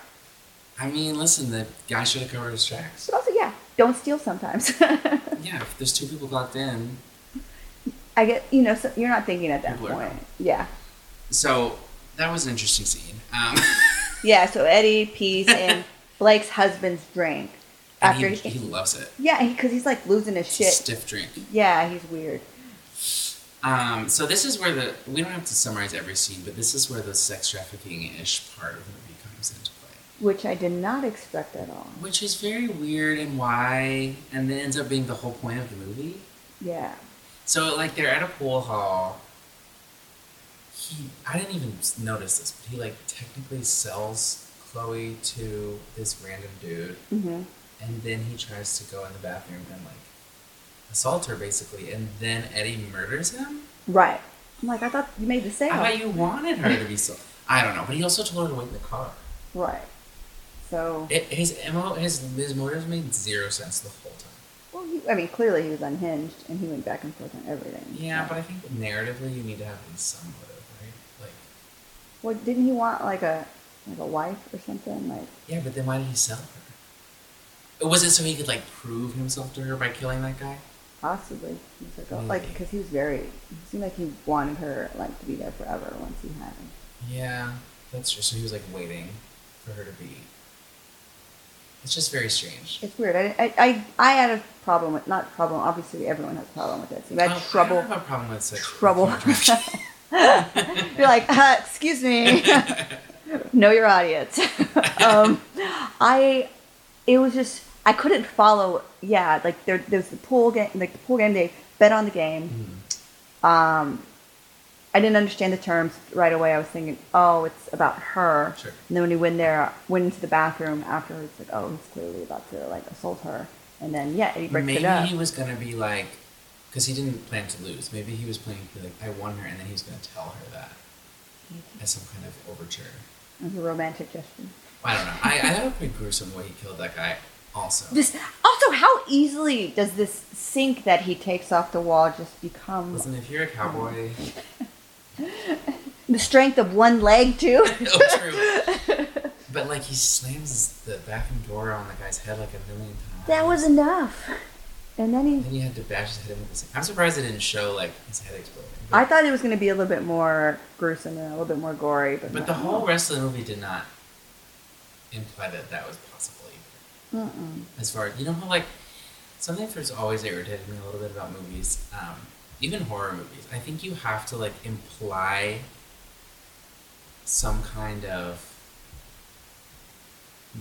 A: I mean, listen, the guy should have covered his tracks.
B: But also, yeah, don't steal sometimes.
A: Yeah, if there's two people clocked in.
B: I get, you know, so you're not thinking at that
A: People are
B: point.
A: dumb.
B: Yeah,
A: So that was an interesting scene. Um,
B: yeah. So Eddie pees in Blake's husband's drink
A: and
B: after.
A: he, he
B: he,
A: loves it.
B: yeah, because he's like losing his
A: It's a
B: shit.
A: Stiff drink.
B: Yeah, he's weird.
A: Um, so this is where the we don't have to summarize every scene, but this is where the sex trafficking ish part of the movie comes into play,
B: Which I did not expect at all.
A: which is very weird and why, and then ends up being the whole point of the movie.
B: Yeah.
A: So like they're at a pool hall. He, I didn't even notice this, but he like technically sells Chloe to this random dude,
B: hmm
A: and then he tries to go in the bathroom and like assault her basically, and then Eddie murders him.
B: Right. I'm like, I thought you made the sale.
A: I thought you wanted her to be so. I don't know, but he also told her to wait in the car.
B: right. So,
A: It, his mo his his motives made zero sense the whole time.
B: well, he, I mean, clearly he was unhinged, and he went back and forth on everything.
A: Yeah, but I think narratively you need to have at least some motive, right? Like,
B: Well, didn't he want like a like a wife or something? Like
A: Yeah, but then why did he sell her? Was it so he could like prove himself to her by killing that guy?
B: possibly, he was like, oh,
A: Maybe.
B: like because he was very. It seemed like he wanted her like to be there forever once he had him.
A: Yeah, that's true. So he was like waiting for her to be. It's just very strange.
B: It's weird. I I I, I had a problem with not problem. Obviously, everyone has a problem with that. So I had
A: Oh, I
B: trouble.
A: don't have a problem with sex.
B: Trouble. You're like, uh, excuse me. know your audience. um, I, it was just, I I couldn't follow. Yeah, like there, there's the pool game, like the pool game. They bet on the game. Um, I didn't understand the terms right away. I was thinking, oh, it's about her.
A: Sure.
B: And then when he went there, went into the bathroom afterwards, like, oh, he's clearly about to like assault her. And then yeah, he breaks it
A: Maybe
B: up.
A: he was gonna be like, because he didn't plan to lose. Maybe he was planning to be like, I won her, and then he was gonna tell her that
B: Mm-hmm.
A: as some kind of overture.
B: It was a romantic gesture.
A: I don't know. I, I thought it was pretty gruesome the way he killed that guy. Also,
B: This also, how easily does this sink that he takes off the wall just become
A: listen, if you're a cowboy,
B: the strength of one leg too?
A: oh true. But like he slams the bathroom door on the guy's head like a million times.
B: That was enough. And then he,
A: Then he had to bash his head in with his. I'm surprised it didn't show like his head exploding. But,
B: I thought it was going to be a little bit more gruesome and a little bit more gory, but,
A: but
B: no.
A: the whole rest of the movie did not imply that that was possible. Either.
B: Mm-mm.
A: as far you know how like something that's always irritated me a little bit about movies um, even horror movies i think you have to like imply some kind of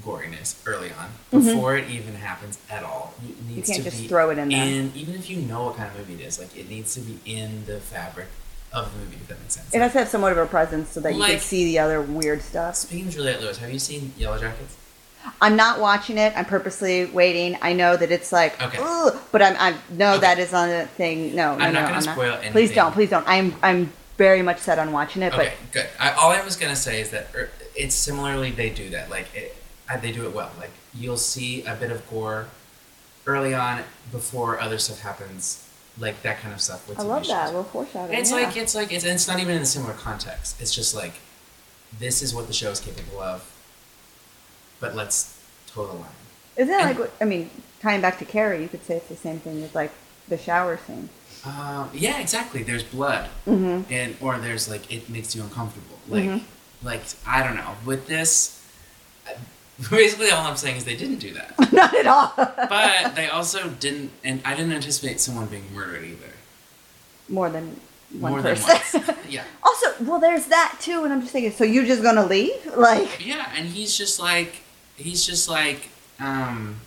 A: goriness early on
B: Mhm.
A: before it even happens at all it
B: you
A: needs
B: can't
A: to
B: just
A: be
B: throw it in there.
A: in even if you know what kind of movie it is like it needs to be in the fabric of the movie if that makes sense
B: It has to have somewhat of a presence so that you can
A: Like-
B: see the other weird stuff.
A: speaking of juliette lewis have you seen yellow jackets
B: I'm not watching it. I'm purposely waiting. I know that it's like,
A: Okay.
B: "Ugh," but I'm, I'm no,
A: Okay.
B: that is on the thing. No, no,
A: I'm
B: no,
A: not gonna
B: I'm
A: spoil
B: not.
A: anything.
B: Please don't, please don't. I'm, I'm very much set on watching it,
A: Okay, good. I, all I was gonna say is that er, it's similarly they do that. Like it, uh, they do it well. Like you'll see a bit of gore early on before other stuff happens, like that kind of stuff. With
B: but I love
A: TV
B: that.
A: shows.
B: little foreshadowing.
A: It's
B: yeah.
A: like it's like it's, and it's not even in a similar context. It's just like this is what the show is capable of, but let's toe the line.
B: Isn't that
A: And-
B: like what, I mean, tying back to Carrie, you could say it's the same thing with like the shower scene.
A: Um, yeah, exactly. There's blood.
B: Mm-hmm.
A: and or there's like it makes you uncomfortable like
B: Mhm.
A: like i don't know with this I- basically all i'm saying is they didn't do that
B: Not at all.
A: but they also didn't and i didn't anticipate someone being murdered either
B: More than one
A: more
B: person.
A: than once yeah
B: also, well, there's that too, and I'm just thinking, so you're just gonna leave? Like,
A: yeah and he's just like he's just like um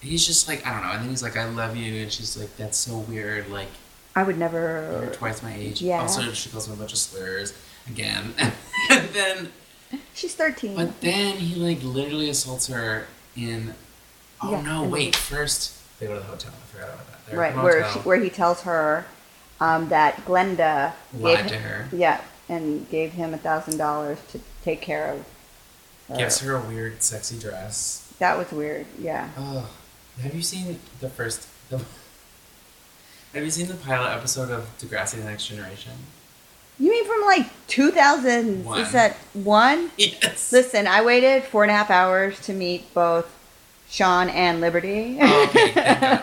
A: he's just like i don't know and then he's like i love you and she's like that's so weird like
B: I would
A: you're
B: never.
A: twice my age
B: Yeah.
A: also she calls him a bunch of slurs again and then
B: She's 13.
A: But then he like literally assaults her in. Oh
B: Yeah,
A: no!
B: in the-
A: Wait, first they go to the hotel. I forgot about that. They're at
B: right,
A: the
B: where she,
A: hotel,
B: where he tells her um, that Glenda
A: lied
B: gave
A: to
B: him,
A: her,
B: yeah, and gave him a thousand dollars to take care of. Her.
A: gives her a weird, sexy dress.
B: That was weird. Yeah.
A: Oh, have you seen the first? The, have you seen the pilot episode of Degrassi: The Next Generation?
B: You mean from like 2000?
A: One.
B: Is that one?
A: Yes.
B: Listen, I waited four and a half hours to meet both Sean and Liberty.
A: Oh, okay, thank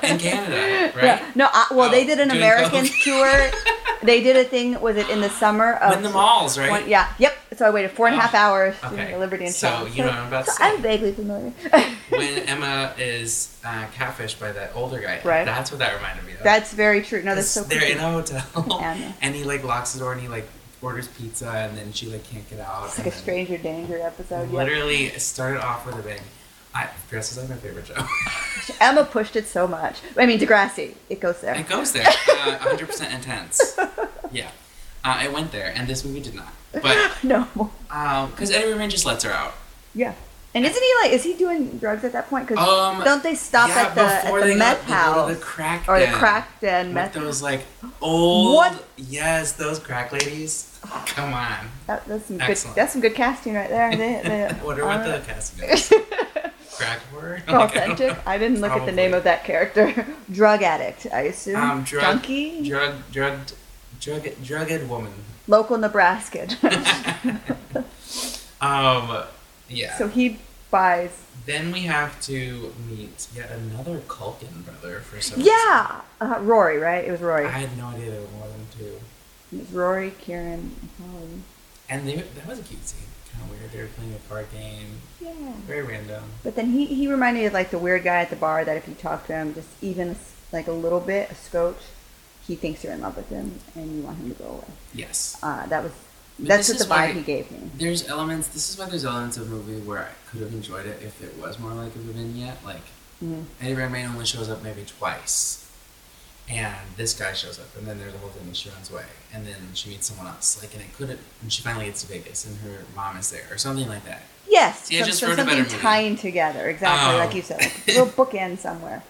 A: God. In Canada, right?
B: Yeah. No, I, well,
A: Oh,
B: they did an
A: doing
B: American
A: coke.
B: tour. They did a thing. Was it in the summer of?
A: In the malls, right?
B: One- yeah. Yep. So I waited four and a half
A: Oh,
B: hours to
A: okay.
B: meet Liberty and
A: So,
B: Sean.
A: you know what I'm about to
B: so
A: say.
B: I'm vaguely familiar.
A: when Emma is uh, catfished by that older guy,
B: Right.
A: That's what that reminded me of.
B: that's very true. No, that's so.
A: They're
B: creepy.
A: in a hotel,
B: Anna.
A: and he like locks the door, and he like orders pizza, and then she like can't get out.
B: It's like
A: and
B: a
A: then-
B: Stranger Danger episode. yeah.
A: Literally it started off with a bang. I Dress is like my favorite show.
B: Emma pushed it so much. I mean, Degrassi. It goes there.
A: it goes there, uh, 100% intense. Yeah, uh, it went there, and this movie did not. But
B: no.
A: because Eddie Redmayne just lets her out.
B: Yeah. And isn't he like? Is he doing drugs at that point? Because
A: Um,
B: don't they stop
A: yeah,
B: at the at
A: before
B: the
A: they go-
B: meth
A: they go
B: house
A: to the crack
B: or the
A: den
B: crack den
A: with
B: meth?
A: those like old
B: What?
A: yes those crack ladies. Come on.
B: That, that's some
A: Excellent.
B: good. That's some good casting right there. They, they,
A: what are
B: honor-
A: what the cast is? crack word. Like, I don't
B: authentic. I didn't look at the name
A: Probably.
B: of that character. Drug addict, I assume.
A: Um, drug-
B: Junkie.
A: drug drugged drug drugged woman.
B: Local Nebraskan.
A: Um yeah.
B: so he buys.
A: then we have to meet yet another Culkin brother for some
B: Yeah, uh, Rory. Right? It was Rory.
A: reason. I had no idea there were more than two.
B: It was Rory, Kieran, and Holly.
A: And they, that was a cute scene. Kinda weird. They were playing a card game.
B: Yeah.
A: Very random.
B: But then he he reminded me of like the weird guy at the bar that if you talk to him just even a s- like a little bit, a scotch, he thinks you're in love with him and you want him to go away.
A: Yes.
B: Uh, that was
A: mean,
B: That's
A: this
B: what the
A: is why-
B: vibe he gave me.
A: There's elements. This is why there's elements of a movie where I could have enjoyed it if it was more like a vignette. Like
B: Mhm.
A: Eddie Redmayne only shows up maybe twice, and this guy shows up, and then there's a whole thing. And she runs away, and then she meets someone else. Like, and it could have. And she finally gets to Vegas, and her mom is there, or something like that.
B: Yes,
A: See, I
B: some-
A: just
B: so
A: wrote a
B: something
A: better movie.
B: tying together exactly
A: Oh.
B: like you said, like a little bookend somewhere.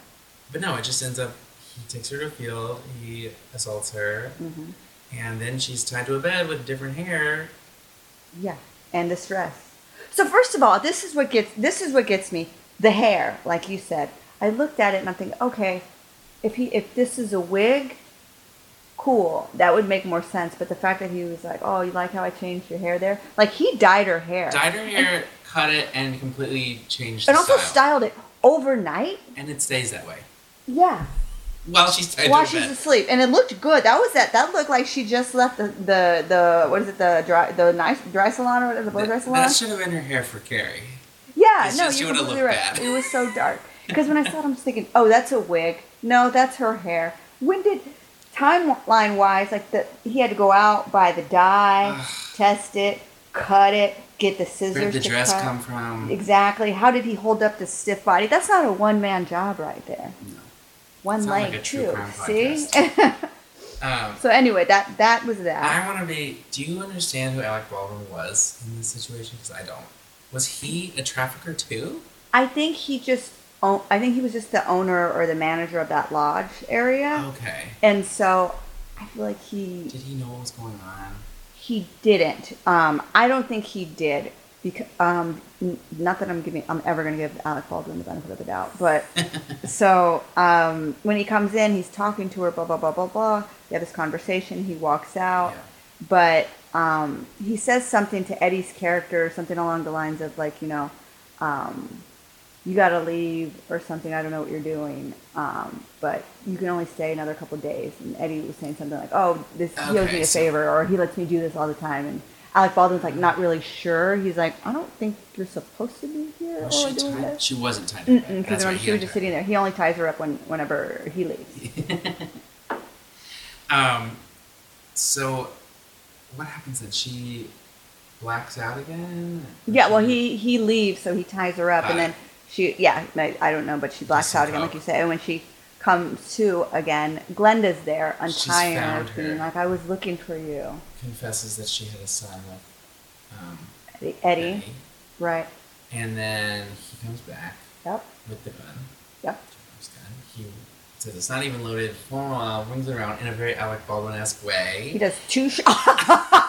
A: But no, it just ends up. He takes her to a field. He assaults her,
B: hmm
A: and then she's tied to a bed with different hair.
B: Yeah, and the stress. So first of all, this is what gets this is what gets me the hair, like you said. I looked at it and I'm thinking, okay, if he if this is a wig, cool, that would make more sense. But the fact that he was like, oh, you like how I changed your hair there? Like he dyed her hair
A: Dyed her hair, cut it, and completely changed.
B: and
A: the
B: also
A: style.
B: styled it overnight.
A: And it stays that way.
B: Yeah,
A: While she's tied
B: while
A: to a
B: she's
A: bed.
B: asleep, and it looked good. That was that. That looked like she just left the the, the what is it the dry the nice dry salon or whatever the blow
A: Th-
B: dry salon.
A: That should have been her hair for Carrie.
B: Yeah,
A: It's
B: no,
A: just
B: you're
A: you would've
B: completely
A: looked
B: right.
A: bad.
B: It was so dark. Because when I saw it, I'm just thinking, oh, that's a wig. No, that's her hair. When did timeline wise, like the he had to go out buy the dye,
A: Ugh.
B: test it, cut it, get the scissors.
A: Where did the
B: to
A: dress
B: cut.
A: come from?
B: Exactly. How did he hold up the stiff body? That's not a one man job right there.
A: No.
B: One
A: Sounds like
B: leg
A: a true
B: too.
A: crime
B: See.
A: Um,
B: so anyway, that that was that.
A: I want to be. Do you understand who Alec Baldwin was in this situation? Because I don't. Was he a trafficker too?
B: I think he just. own- I think he was just the owner or the manager of that lodge area.
A: Okay.
B: and so I feel like he
A: Did he know what was going on?
B: he didn't. Um, I don't think he did because um, n- not that I'm giving I'm ever going to give Alec Baldwin the benefit of the doubt, but so um, when he comes in, he's talking to her, blah blah blah blah blah. They have this conversation. He walks out,
A: Yeah.
B: but um, he says something to Eddie's character, something along the lines of like you know. Um, you gotta leave or something. I don't know what you're doing, um, but you can only stay another couple days. And Eddie was saying something like, "Oh, this he owes
A: Okay,
B: me a
A: so-
B: favor, or he lets me do this all the time." And Alec Baldwin's like, not really sure. He's like, "I don't think you're supposed to be here
A: Was
B: or
A: she
B: doing
A: tied?
B: this."
A: She wasn't tied. to a bed.
B: Because
A: That's right,
B: she
A: he
B: was just
A: had
B: sitting there. He only ties her up when whenever he leaves.
A: her. Um. So, what happens then? She blacks out again.
B: Yeah, well, he he leaves, so he ties her up, and
A: Right.
B: then she, yeah, I, I don't know, but she blacks
A: some
B: out again, like you say. And when she comes to again, Glenda's there,
A: She's
B: untying her,
A: found her.
B: being like, "I was looking for you,
A: confesses that she had a son with um,
B: Eddie." Eddie.
A: Eddie.
B: Right.
A: And then he comes back
B: Yep.
A: with the gun.
B: Yep.
A: Jacob's gun. He says it's not even loaded. Blah, brings it around in a very Alec Baldwin esque
B: He
A: way.
B: does two shots.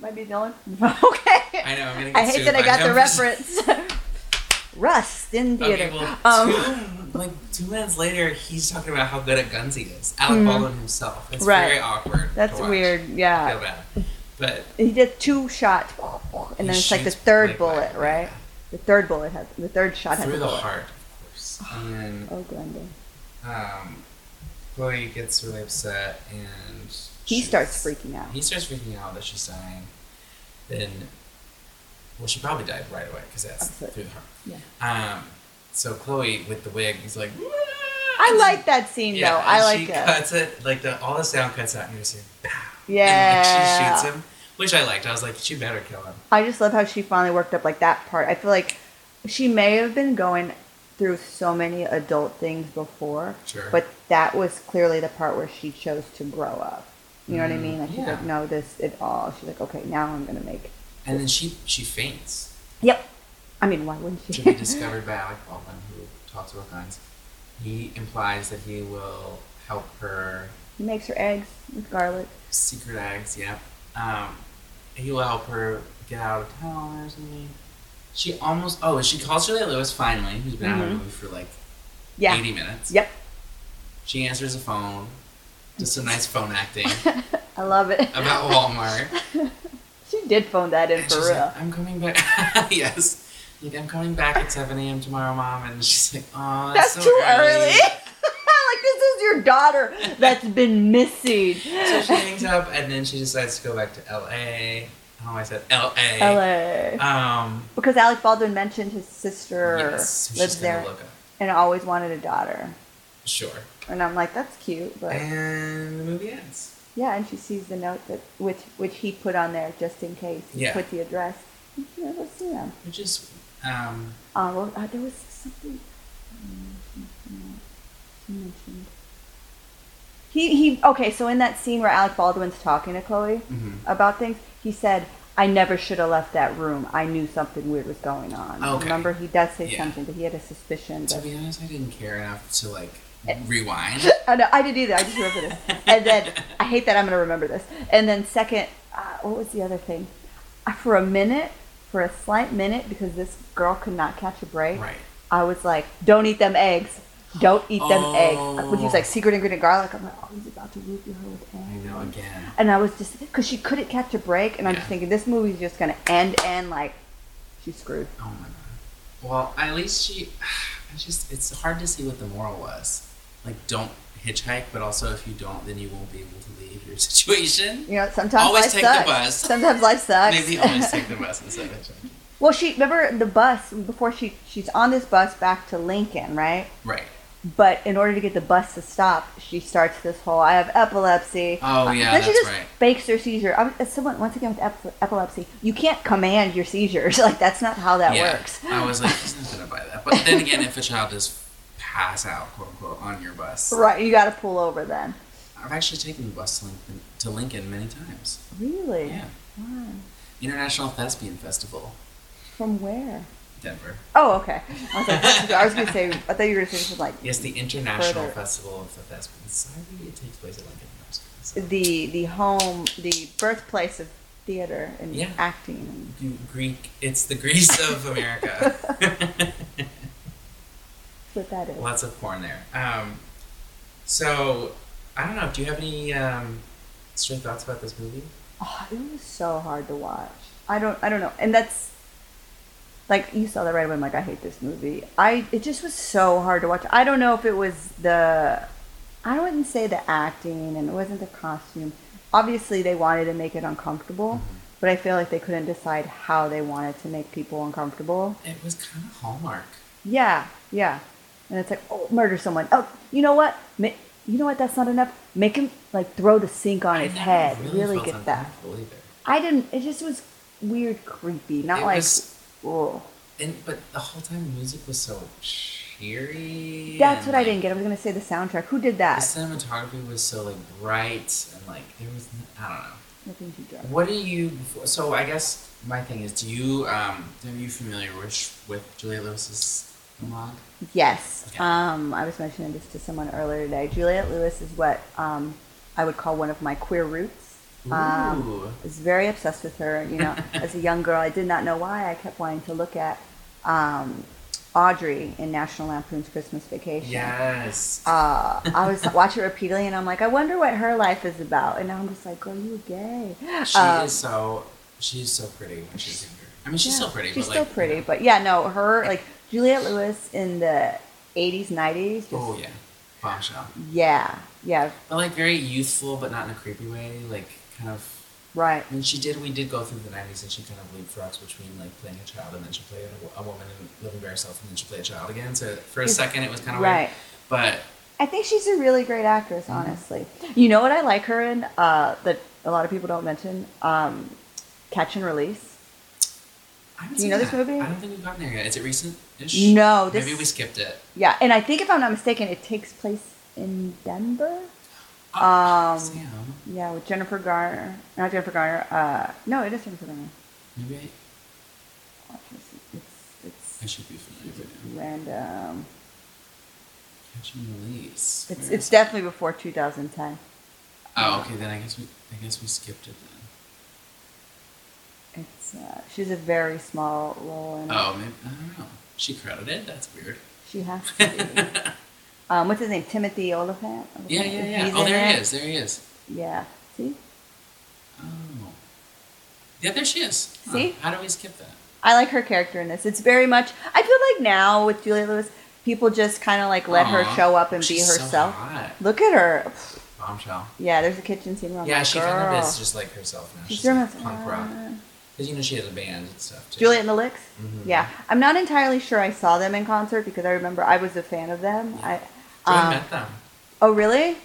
B: Might be Dylan. okay.
A: I know. I'm gonna get
B: I hate
A: sued
B: that I
A: by
B: got the
A: him.
B: reference. Rust in theater.
A: Okay, well,
B: um,
A: two, like two minutes later, he's talking about how good at guns he is. Alec
B: Mhm.
A: Baldwin himself. It's
B: Right.
A: very awkward.
B: that's
A: to watch.
B: weird.
A: I feel
B: Yeah.
A: bad. But
B: He did two shots, and then
A: he
B: it's like the
A: shoots
B: third
A: like
B: bullet,
A: that,
B: right? The third bullet had the third shot had
A: Through the
B: bullet.
A: heart, of course. And then
B: Oh, Glenda.
A: um, Chloe gets really upset and
B: He
A: shoots.
B: starts freaking out.
A: He starts freaking out that she's dying. Then, well, she probably died right away because that's through
B: Absolutely.
A: the heart.
B: Yeah.
A: Um, so Chloe with the wig, he's like,
B: I like that scene
A: yeah,
B: though.
A: and
B: I like
A: she
B: that.
A: cuts it like the all the sound cuts out, and you just hear, pow. and,
B: Yeah.
A: like, she shoots him, which I liked. I was like, she better kill him.
B: I just love how she finally worked up like that part. I feel like she may have been going through so many adult things before,
A: Sure.
B: but that was clearly the part where she chose to grow up. You know what I
A: Mm,
B: mean? Like she's
A: yeah.
B: like, no, this it all. She's like, okay, now I'm gonna make.
A: and then she she faints
B: Yep. I mean, why wouldn't
A: to
B: she?
A: be discovered by Alec Baldwin, who talks about guns. He implies that he will help her
B: he makes her eggs with garlic.
A: secret eggs, yeah. Um, he will help her get out of town or something. She almost oh, she calls Juliette Lewis finally, who's been out of the
B: Mhm.
A: movie for like
B: Yeah.
A: eighty minutes.
B: Yep.
A: She answers the phone. Just some nice phone acting
B: I love it.
A: about Walmart.
B: she did phone that in
A: And
B: for
A: she's
B: real.
A: like, I'm coming back. yes. Like, I'm coming back at 7 a.m. tomorrow, Mom. And she's like, oh,
B: That's
A: that's, so
B: too early. like this is your daughter that's been missing.
A: so she hangs up and then she decides to go back to LA. Oh, I said LA.
B: LA.
A: Um,
B: because Alec Baldwin mentioned his sister
A: yes, so she's
B: lives
A: gonna
B: there
A: Look up.
B: and always wanted a daughter.
A: Sure.
B: And I'm like, that's cute, but
A: And the movie ends.
B: Yeah, and she sees the note that which which he put on there just in case. He
A: Yeah.
B: Put the address. And She never seen him.
A: Which is, um,
B: Uh, well, uh, there was something um, she mentioned. He he. Okay, so in that scene where Alec Baldwin's talking to Chloe
A: mhm.
B: about things, he said, "I never should have left that room. I knew something weird was going on."
A: Okay.
B: Remember, he does say
A: Yeah.
B: something that he had a suspicion.
A: to
B: That,
A: be honest, I didn't care enough to like
B: Eh.
A: rewind.
B: oh, no, I did either. I just remember this. and then I hate that I'm going to remember this. And then second, uh, what was the other thing? Uh, For a minute, for a slight minute, because this girl could not catch a break.
A: Right.
B: I was like, "Don't eat them eggs. Don't eat them eggs." When he
A: Oh.
B: was like, "Secret ingredient garlic," I'm like, "Oh, he's about to root her with
A: I
B: eggs."
A: know again.
B: And I was just because she couldn't catch a break, and I'm
A: Yeah.
B: just thinking this movie's just gonna end and like she's screwed.
A: Oh my god. Well, at least she. I just. It's hard to see what the moral was. Like, don't hitchhike, but also if you don't, then you won't be able to leave your situation.
B: You know, sometimes
A: Always
B: life
A: take the
B: sucks.
A: bus.
B: Sometimes life sucks.
A: Maybe always take the bus instead of hitchhiking.
B: well, she remember the bus before she she's on this bus back to Lincoln, right?
A: Right.
B: But in order to get the bus to stop, she starts this whole "I have epilepsy."
A: Oh, yeah,
B: then
A: that's
B: she just
A: right.
B: fakes her seizure. I'm, as someone once again with ep- epilepsy, you can't command your seizures. Like that's not how that
A: yeah.
B: works.
A: I was like, he's not gonna buy that. But then again, if a child does pass out, quote unquote, on your bus,
B: Right, you got to pull over then.
A: I've actually taken the bus to Lincoln, to Lincoln many times.
B: Really?
A: Yeah.
B: Wow.
A: International Thespian Festival,
B: From where?
A: Denver.
B: Oh, okay. I was, like, I was gonna say. I thought you were gonna say something like
A: Yes, the International
B: Further.
A: Festival of the Thespians. Sorry, it takes place at Lincoln. Nebraska.
B: the the home, the birthplace of theater and
A: Yeah.
B: acting.
A: You- Greek. It's the Greece of America.
B: That's what that is.
A: Lots of porn there. Um, so, I don't know. Do you have any um, straight thoughts about this movie?
B: Oh, it was so hard to watch. I don't. I don't know. And that's like you saw that right away. I'm like, I hate this movie. I. It just was so hard to watch. I don't know if it was the. I wouldn't say the acting, and it wasn't the costume. Obviously, they wanted to make it uncomfortable,
A: Mm-hmm.
B: but I feel like they couldn't decide how they wanted to make people uncomfortable.
A: It was kind of Hallmark.
B: Yeah, yeah. And it's like, oh, murder someone. Oh, you know what? Ma- you know what? That's not enough. Make him like throw the sink on
A: I
B: his
A: never
B: head. Really,
A: felt
B: get that.
A: uncomfortable Either.
B: I didn't. It just was weird, creepy. Not
A: It
B: like,
A: was-
B: oh.
A: And but the whole time the music was so cheery.
B: That's
A: and,
B: what I
A: like,
B: didn't get. I was gonna say the soundtrack. Who did
A: The
B: that?
A: cinematography was so like bright and like there was n- I don't know.
B: Nothing too dark.
A: What do you? So I guess my thing is, do you um are you familiar with with Julia Lewis's blog?
B: Yes.
A: Okay.
B: Um, I was mentioning this to someone earlier today. Juliet Lewis is what um, I would call one of my queer roots. Um,
A: Ooh.
B: was very obsessed with her. You know, as a young girl, I did not know why I kept wanting to look at um, Audrey in National Lampoon's Christmas Vacation.
A: yes.
B: Uh, I was watching it repeatedly, and I'm like, I wonder what her life is about. And now I'm just like, girl, you were gay.
A: she
B: um,
A: is so she's so pretty when she's younger. I mean, she's
B: Yeah.
A: still pretty.
B: She's
A: but,
B: still
A: like,
B: pretty, but yeah, no, her like Juliette Lewis in the 80s, 90s. Just,
A: Oh yeah, bombshell.
B: yeah, yeah,
A: But like very youthful, but not in a creepy way. Like kind of.
B: right.
A: I mean, she did. We did go through the '90s, and she kind of leapfrogs between like playing a child, and then she played a, wo- a woman and living by herself, and then she played a child again. So for a
B: It's-
A: second, it was kind of
B: right.
A: weird. Mm-hmm. But
B: I think she's a really great actress, honestly. You know what I like her in uh, that a lot of people don't mention? Um, Catch and Release.
A: I haven't
B: Do you
A: seen
B: know this
A: that.
B: movie?
A: I don't think we've gotten there yet. Is it recent-ish?
B: No, this-
A: Maybe we skipped it.
B: Yeah, and I think if I'm not mistaken, it takes place in Denver.
A: Oh,
B: Um,
A: Sam,
B: Yeah, with Jennifer Garner. Not Jennifer Garner. Uh, no, it is Jennifer Garner.
A: maybe I,
B: Watch this. It's,
A: I
B: it's
A: should be familiar with it.
B: random.
A: Catch and release.
B: It's
A: Where
B: it's
A: is it?
B: definitely before 2010.
A: Oh, okay. Then I guess we I guess we skipped it then.
B: It's uh, she's a very small role in it.
A: Oh, maybe I don't know. She credited. That's weird.
B: She has to be. um, what's his name? Timothy Oliphant.
A: Yeah, yeah, yeah.
B: He's
A: Oh,
B: in
A: there he
B: it.
A: is. There he is.
B: Yeah. See,
A: Oh. Yeah, there she is. Huh,
B: See?
A: How do we skip that?
B: I like her character in this. It's very much. I feel like now with Julia Lewis, people just kind of like let
A: Aw,
B: her show up and
A: she's
B: be
A: so
B: herself.
A: hot.
B: Look at her.
A: Bombshell.
B: Yeah, there's a kitchen scene where I'm
A: Yeah,
B: like,
A: she
B: Oh girl.
A: kind of is just like herself now. She's,
B: She's
A: like
B: doing
A: punk
B: this,
A: rock.
B: uh,
A: Because you know she has a band and stuff too.
B: Juliet and the Licks?
A: Mhm.
B: Yeah. I'm not entirely sure I saw them in concert because I remember I was a fan of them. I
A: Joy
B: um,
A: met them.
B: Oh, really?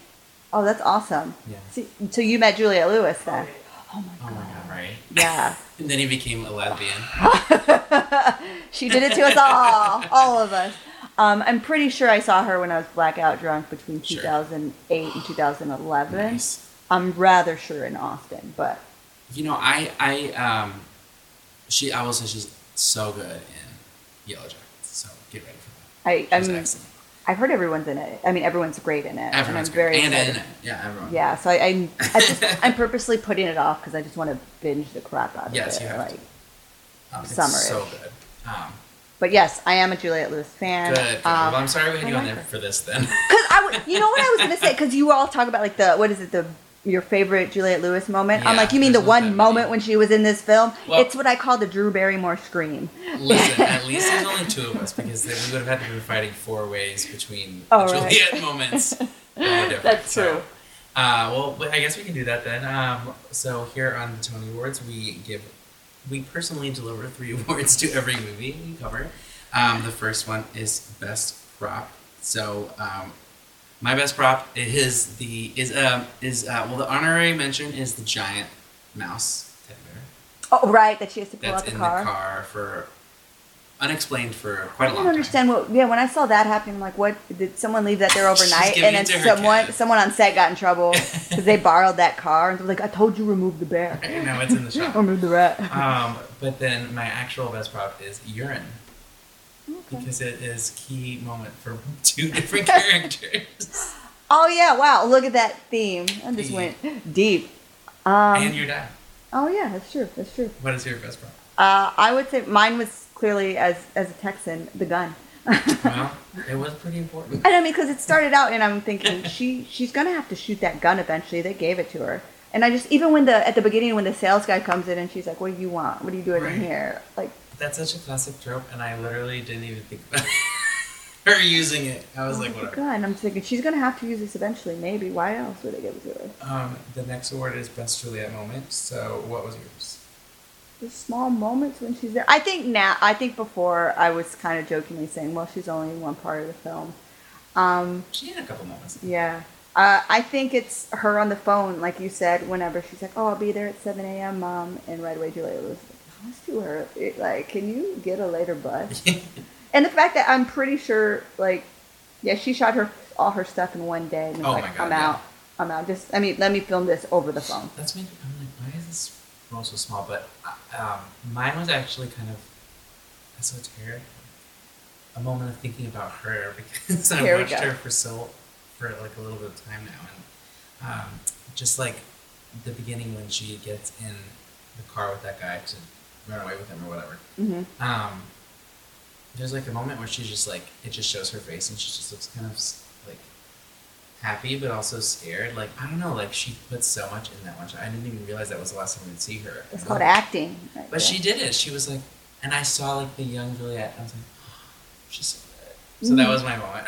B: Oh, that's awesome.
A: Yeah.
B: See, so you met Julia Lewis then? Oh
A: Oh
B: my
A: my
B: god.
A: god, right?
B: Yeah.
A: And then he became a lesbian.
B: she did it to us all, all of us. Um, I'm pretty sure I saw her when I was blackout drunk between
A: Sure.
B: 2008 and 2011.
A: Nice.
B: I'm rather sure in Austin, but
A: You know, I I um, she I will say she's so good in Yellow Jackets. So get ready for
B: I,
A: that. She's
B: I'm,
A: excellent.
B: I've heard everyone's in it. I mean, everyone's great in it,
A: Everyone's
B: and I'm
A: great.
B: very
A: and
B: excited.
A: in, yeah, everyone.
B: Yeah, so I, I'm I just, I'm purposely putting it off because I just want to binge the crap out of
A: Yes,
B: it.
A: you have
B: like,
A: um, it's
B: Summer is-
A: so good. Um,
B: but yes, I am a Juliette Lewis fan.
A: good. good.
B: Um,
A: well, I'm sorry we had
B: I
A: you on
B: like
A: there
B: her.
A: for this then.
B: Because I, w- you know what I was gonna say? Because you all talk about like the what is it the your favorite Juliette Lewis moment? I'm
A: Yeah,
B: like, you mean the
A: there's not that
B: one
A: many.
B: moment when she was in this film?
A: Well-
B: it's what I call the Drew Barrymore scream.
A: Listen, at least there's only two of us because then we would have had to be fighting four ways between the
B: Oh, right.
A: Juliet moments. that were different. So, Uh, well, but I guess we can do that then. Um, so here on the Tony Awards, we give, we personally deliver three awards to every movie we cover. Um, the first one is best prop. So um, my best prop is the is um is uh, well the honorary mention is the giant mouse teddy bear
B: Oh, right, that she has to pull
A: that's
B: out the
A: in
B: car.
A: the car for unexplained for quite a
B: I
A: long
B: don't understand what. Yeah, when I saw that happening, I'm like, what? Did someone leave that there
A: She's
B: overnight?
A: giving
B: And
A: it
B: then
A: to her
B: someone,
A: kid.
B: someone on set got in trouble because they borrowed that car and they were like, I told you remove the bear,
A: time. Right now it's in the shop.
B: remove the rat.
A: Um, but then my actual best prop is urine. Because it is key moment for two different characters.
B: Oh yeah, wow! Look at that theme. I just
A: Deep.
B: went deep. Um,
A: and your dad.
B: oh yeah, that's true. That's true.
A: What is your best prop?
B: Uh, I would say mine was clearly as as a Texan, the gun. and
A: Well, it was pretty important.
B: I mean, because it started out, and I'm thinking she she's gonna have to shoot that gun eventually. They gave it to her, and I just even when the at the beginning when the sales guy comes in and she's like, "What do you want? What are you doing
A: Right.
B: in here?" Like,
A: That's such a classic trope, and I literally didn't even think about her using it. I was
B: "Oh,
A: like,
B: it's a
A: whatever.
B: gun. I'm thinking she's gonna have to use this eventually. Maybe why else would they give it to her?
A: Um, the next award is best Juliet moment. So, what was yours?
B: The small moments when she's there. I think now. I think before I was kind of jokingly saying, "Well, she's only in one part of the film." Um,
A: She had a couple moments.
B: Yeah. Uh, I think it's her on the phone, like you said, whenever she's like, oh, I'll be there at 7 a.m., mom. And right away, Julia was like, it's too early. Like, can you get a later bus? and the fact that I'm pretty sure, like, yeah, she shot her all her stuff in one day. And was
A: Oh
B: like,
A: my God,
B: I'm
A: yeah.
B: out. I'm out. Just, I mean, let me film this over the phone.
A: That's making. I'm like, why is this roll so small? But uh, um, mine was actually kind of esoteric. A moment of thinking about her because I
B: Here we
A: watched
B: go.
A: her for so for like a little bit of time now, and um, just like the beginning when she gets in the car with that guy to run away with him or whatever.
B: hmm
A: Um, there's like a moment where she's just like it just shows her face and she just looks kind of s- like happy but also scared. Like I don't know, like she put so much in that one shot. I didn't even realize that was the last time we'd see her.
B: It's called acting. right
A: But
B: there.
A: she did it. She was like, and I saw like the young Juliet. I was like, she's so good. So that was my moment.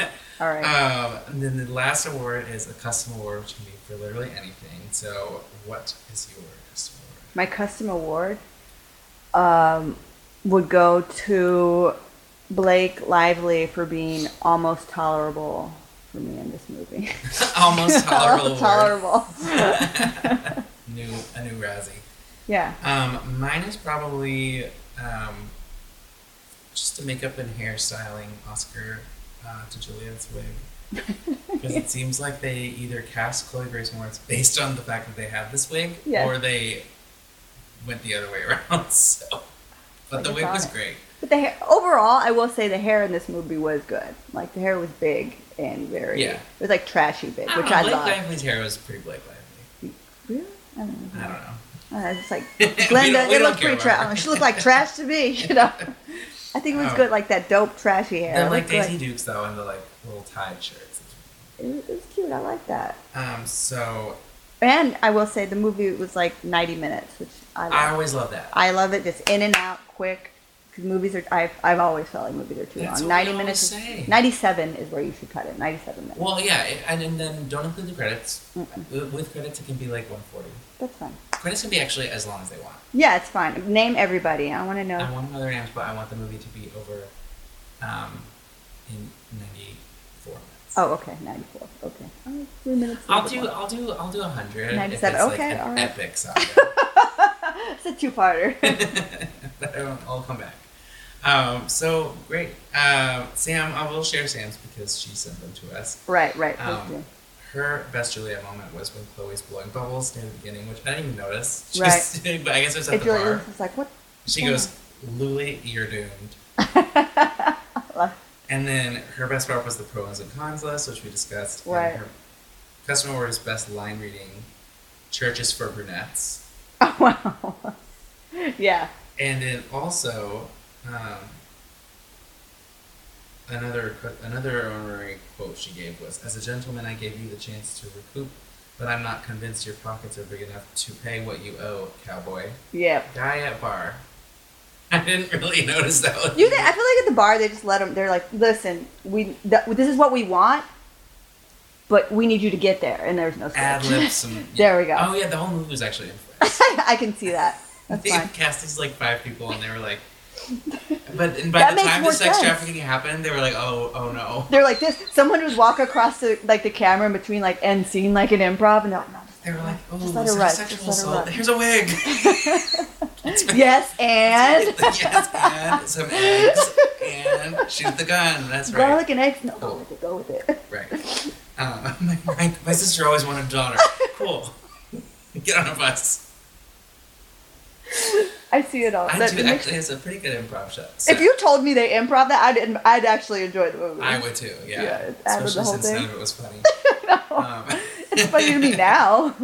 B: Okay. All right.
A: um, and then the last award is a custom award, which can be for literally anything. So what is your custom award?
B: my custom award um, would go to Blake Lively for being almost tolerable for me in this movie.
A: Almost tolerable. award.
B: tolerable.
A: New a new Razzie.
B: yeah.
A: Um, mine is probably um, just a makeup and hairstyling Oscar uh, to Juliet's wig. Because it seems like they either cast Chloe Grace Moretz based on the fact that they have this wig,
B: Yeah.
A: or they went the other way around. So, but
B: Like
A: the
B: it's
A: wig
B: on
A: was
B: it.
A: great.
B: But the hair overall, I will say the hair in this movie was good. Like the hair was big and very
A: Yeah.
B: it was like trashy big,
A: I don't
B: which
A: know,
B: I
A: Blake
B: love.
A: Lively's hair was pretty Blake Lively.
B: Really? I don't know.
A: I don't know.
B: Uh, it's like
A: We
B: Glenda,
A: don't- we
B: it
A: don't
B: looked
A: care
B: pretty
A: about her.
B: trash. She looked like trash to me, you know. I think it was
A: Oh.
B: good, like that dope trashy hair.
A: and
B: It
A: like
B: looked good.
A: Daisy Dukes though, in the like little tied shirts.
B: It was, it was cute. I like that.
A: Um, so
B: And I will say the movie was like 90 minutes, which I
A: I
B: love.
A: always love that.
B: I love it. Just in and out, quick. 'Cause movies are, I've, I've always felt like movies are too
A: That's
B: long.
A: what we
B: 90 minutes. is-
A: always say.
B: 97 is where you should cut it. 97 minutes.
A: Well, yeah, it- and, and then don't include the credits.
B: Mm-mm.
A: With with credits, it can be like 140.
B: That's fine.
A: Credits can be actually as long as they want.
B: Yeah, it's fine. Name everybody. I want to know.
A: I want another names, but I want the movie to be over um, in 94 minutes.
B: Oh, okay, 94. Okay. Oh, Three minutes. is a
A: I'll
B: bit
A: do,
B: long.
A: I'll do, I'll do a hundred.
B: 97,
A: If it's
B: okay,
A: like an
B: all right.
A: epic saga.
B: It's a two-parter.
A: but I'll, I'll come back. Um, so great, Um Sam. I will share Sam's because she sent them to us.
B: right, right. please
A: Um,
B: do.
A: her best Juliet moment was when Chloe's blowing bubbles near the beginning, which I didn't even notice. She
B: Right.
A: was- but I guess it was at
B: It
A: the
B: really
A: bar.
B: is. It's like, what?
A: She goes, Luli, you're doomed. And then her best part was the pros and cons list, which we discussed. And
B: Right.
A: her customer orders best line reading, churches for brunettes.
B: Oh, wow. yeah.
A: And then also, um, another qu- another honorary quote she gave was, "As a gentleman, I gave you the chance to recoup, but I'm not convinced your pockets are big enough to pay what you owe, cowboy."
B: Yeah.
A: Guy at bar. I didn't really notice that. one.
B: You think, I feel like at the bar they just let them. They're like, listen, we th- this is what we want, but we need you to get there, and there's no switch.
A: ad lib some.
B: There we go.
A: Oh yeah, the whole movie was actually in French.
B: I can see that. That's
A: they
B: fine.
A: cast these like five people, and they were like. But and by
B: That
A: the
B: makes
A: time the
B: more
A: sex
B: sense.
A: trafficking happened, they were like, "Oh, oh no."
B: They're like this. Someone would walk across the like the camera in between like end scene, like an improv, and they're like, no, just
A: They were like, "Oh,
B: Just let
A: is
B: it
A: that
B: run.
A: sexual
B: Just let it
A: assault?
B: run.
A: Here's a wig."
B: yes, and
A: yes, and some eggs, and shoot the gun. That's right.
B: garlic and eggs. No, go with it. Go with it.
A: Right. Um, my, my, my sister always wanted a daughter. Cool. Get on a bus.
B: I see it all.
A: I
B: Oh, That-
A: do
B: it makes-
A: actually. It's a pretty good improv show. so
B: if you told me they improv that, I'd en- I'd actually enjoy the movie.
A: I would too. Yeah.
B: Yeah, it added the
A: Especially
B: whole
A: since
B: thing.
A: none of it was funny. um,
B: It's funny to me now.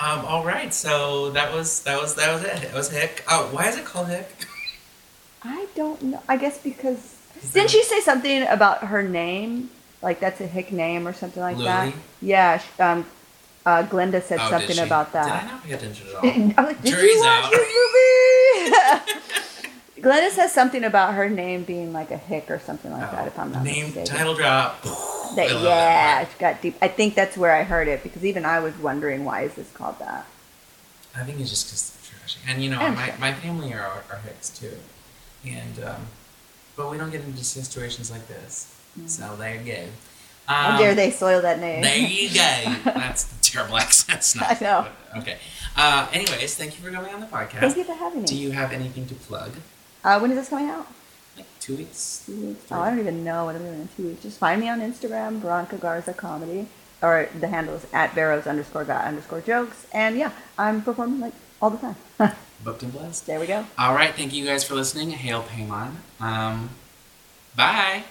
A: um, all right. So that was that was that was it. It was Hick. Oh, why is it called Hick?
B: I don't know. I guess because
A: Is
B: didn't
A: that-
B: she say something about her name? Like that's a hick name or something like that.
A: Lily?
B: Yeah. She, um, uh, Glenda said
A: oh, did
B: something
A: she?
B: about that.
A: Did I not pay attention at all?
B: I'm like, did
A: Jury's
B: you watch
A: out.
B: this movie? Glenda says something about her name being like a hick or something like
A: Oh,
B: that. If I'm not
A: name
B: mistaken.
A: title drop.
B: That-
A: I love that
B: yeah,
A: part.
B: it got deep. I think that's where I heard it because even I was wondering why is this called that.
A: I think it's just because trashing. And you know,
B: I'm
A: my,
B: sure.
A: my family are, are Hicks too. And, um, but we don't get into situations like this. So there you go. Um,
B: Mm. How dare they soil that name?
A: There you go. That's the terrible accent. It's not-
B: I know.
A: Okay. Uh, anyways, thank you for coming on the podcast.
B: Thank you for having
A: Do
B: me.
A: you have anything to plug?
B: Uh, when is this coming out?
A: Like two weeks?
B: Two weeks? Oh, I don't even know what I'm doing in two weeks. Just find me on Instagram, Veronica Garza Comedy, or the handle is at Barrows underscore got underscore jokes. And yeah, I'm performing like all the time.
A: Booked and blessed.
B: there we go.
A: All right. Thank you guys for listening. Hail Paimon. Um, bye.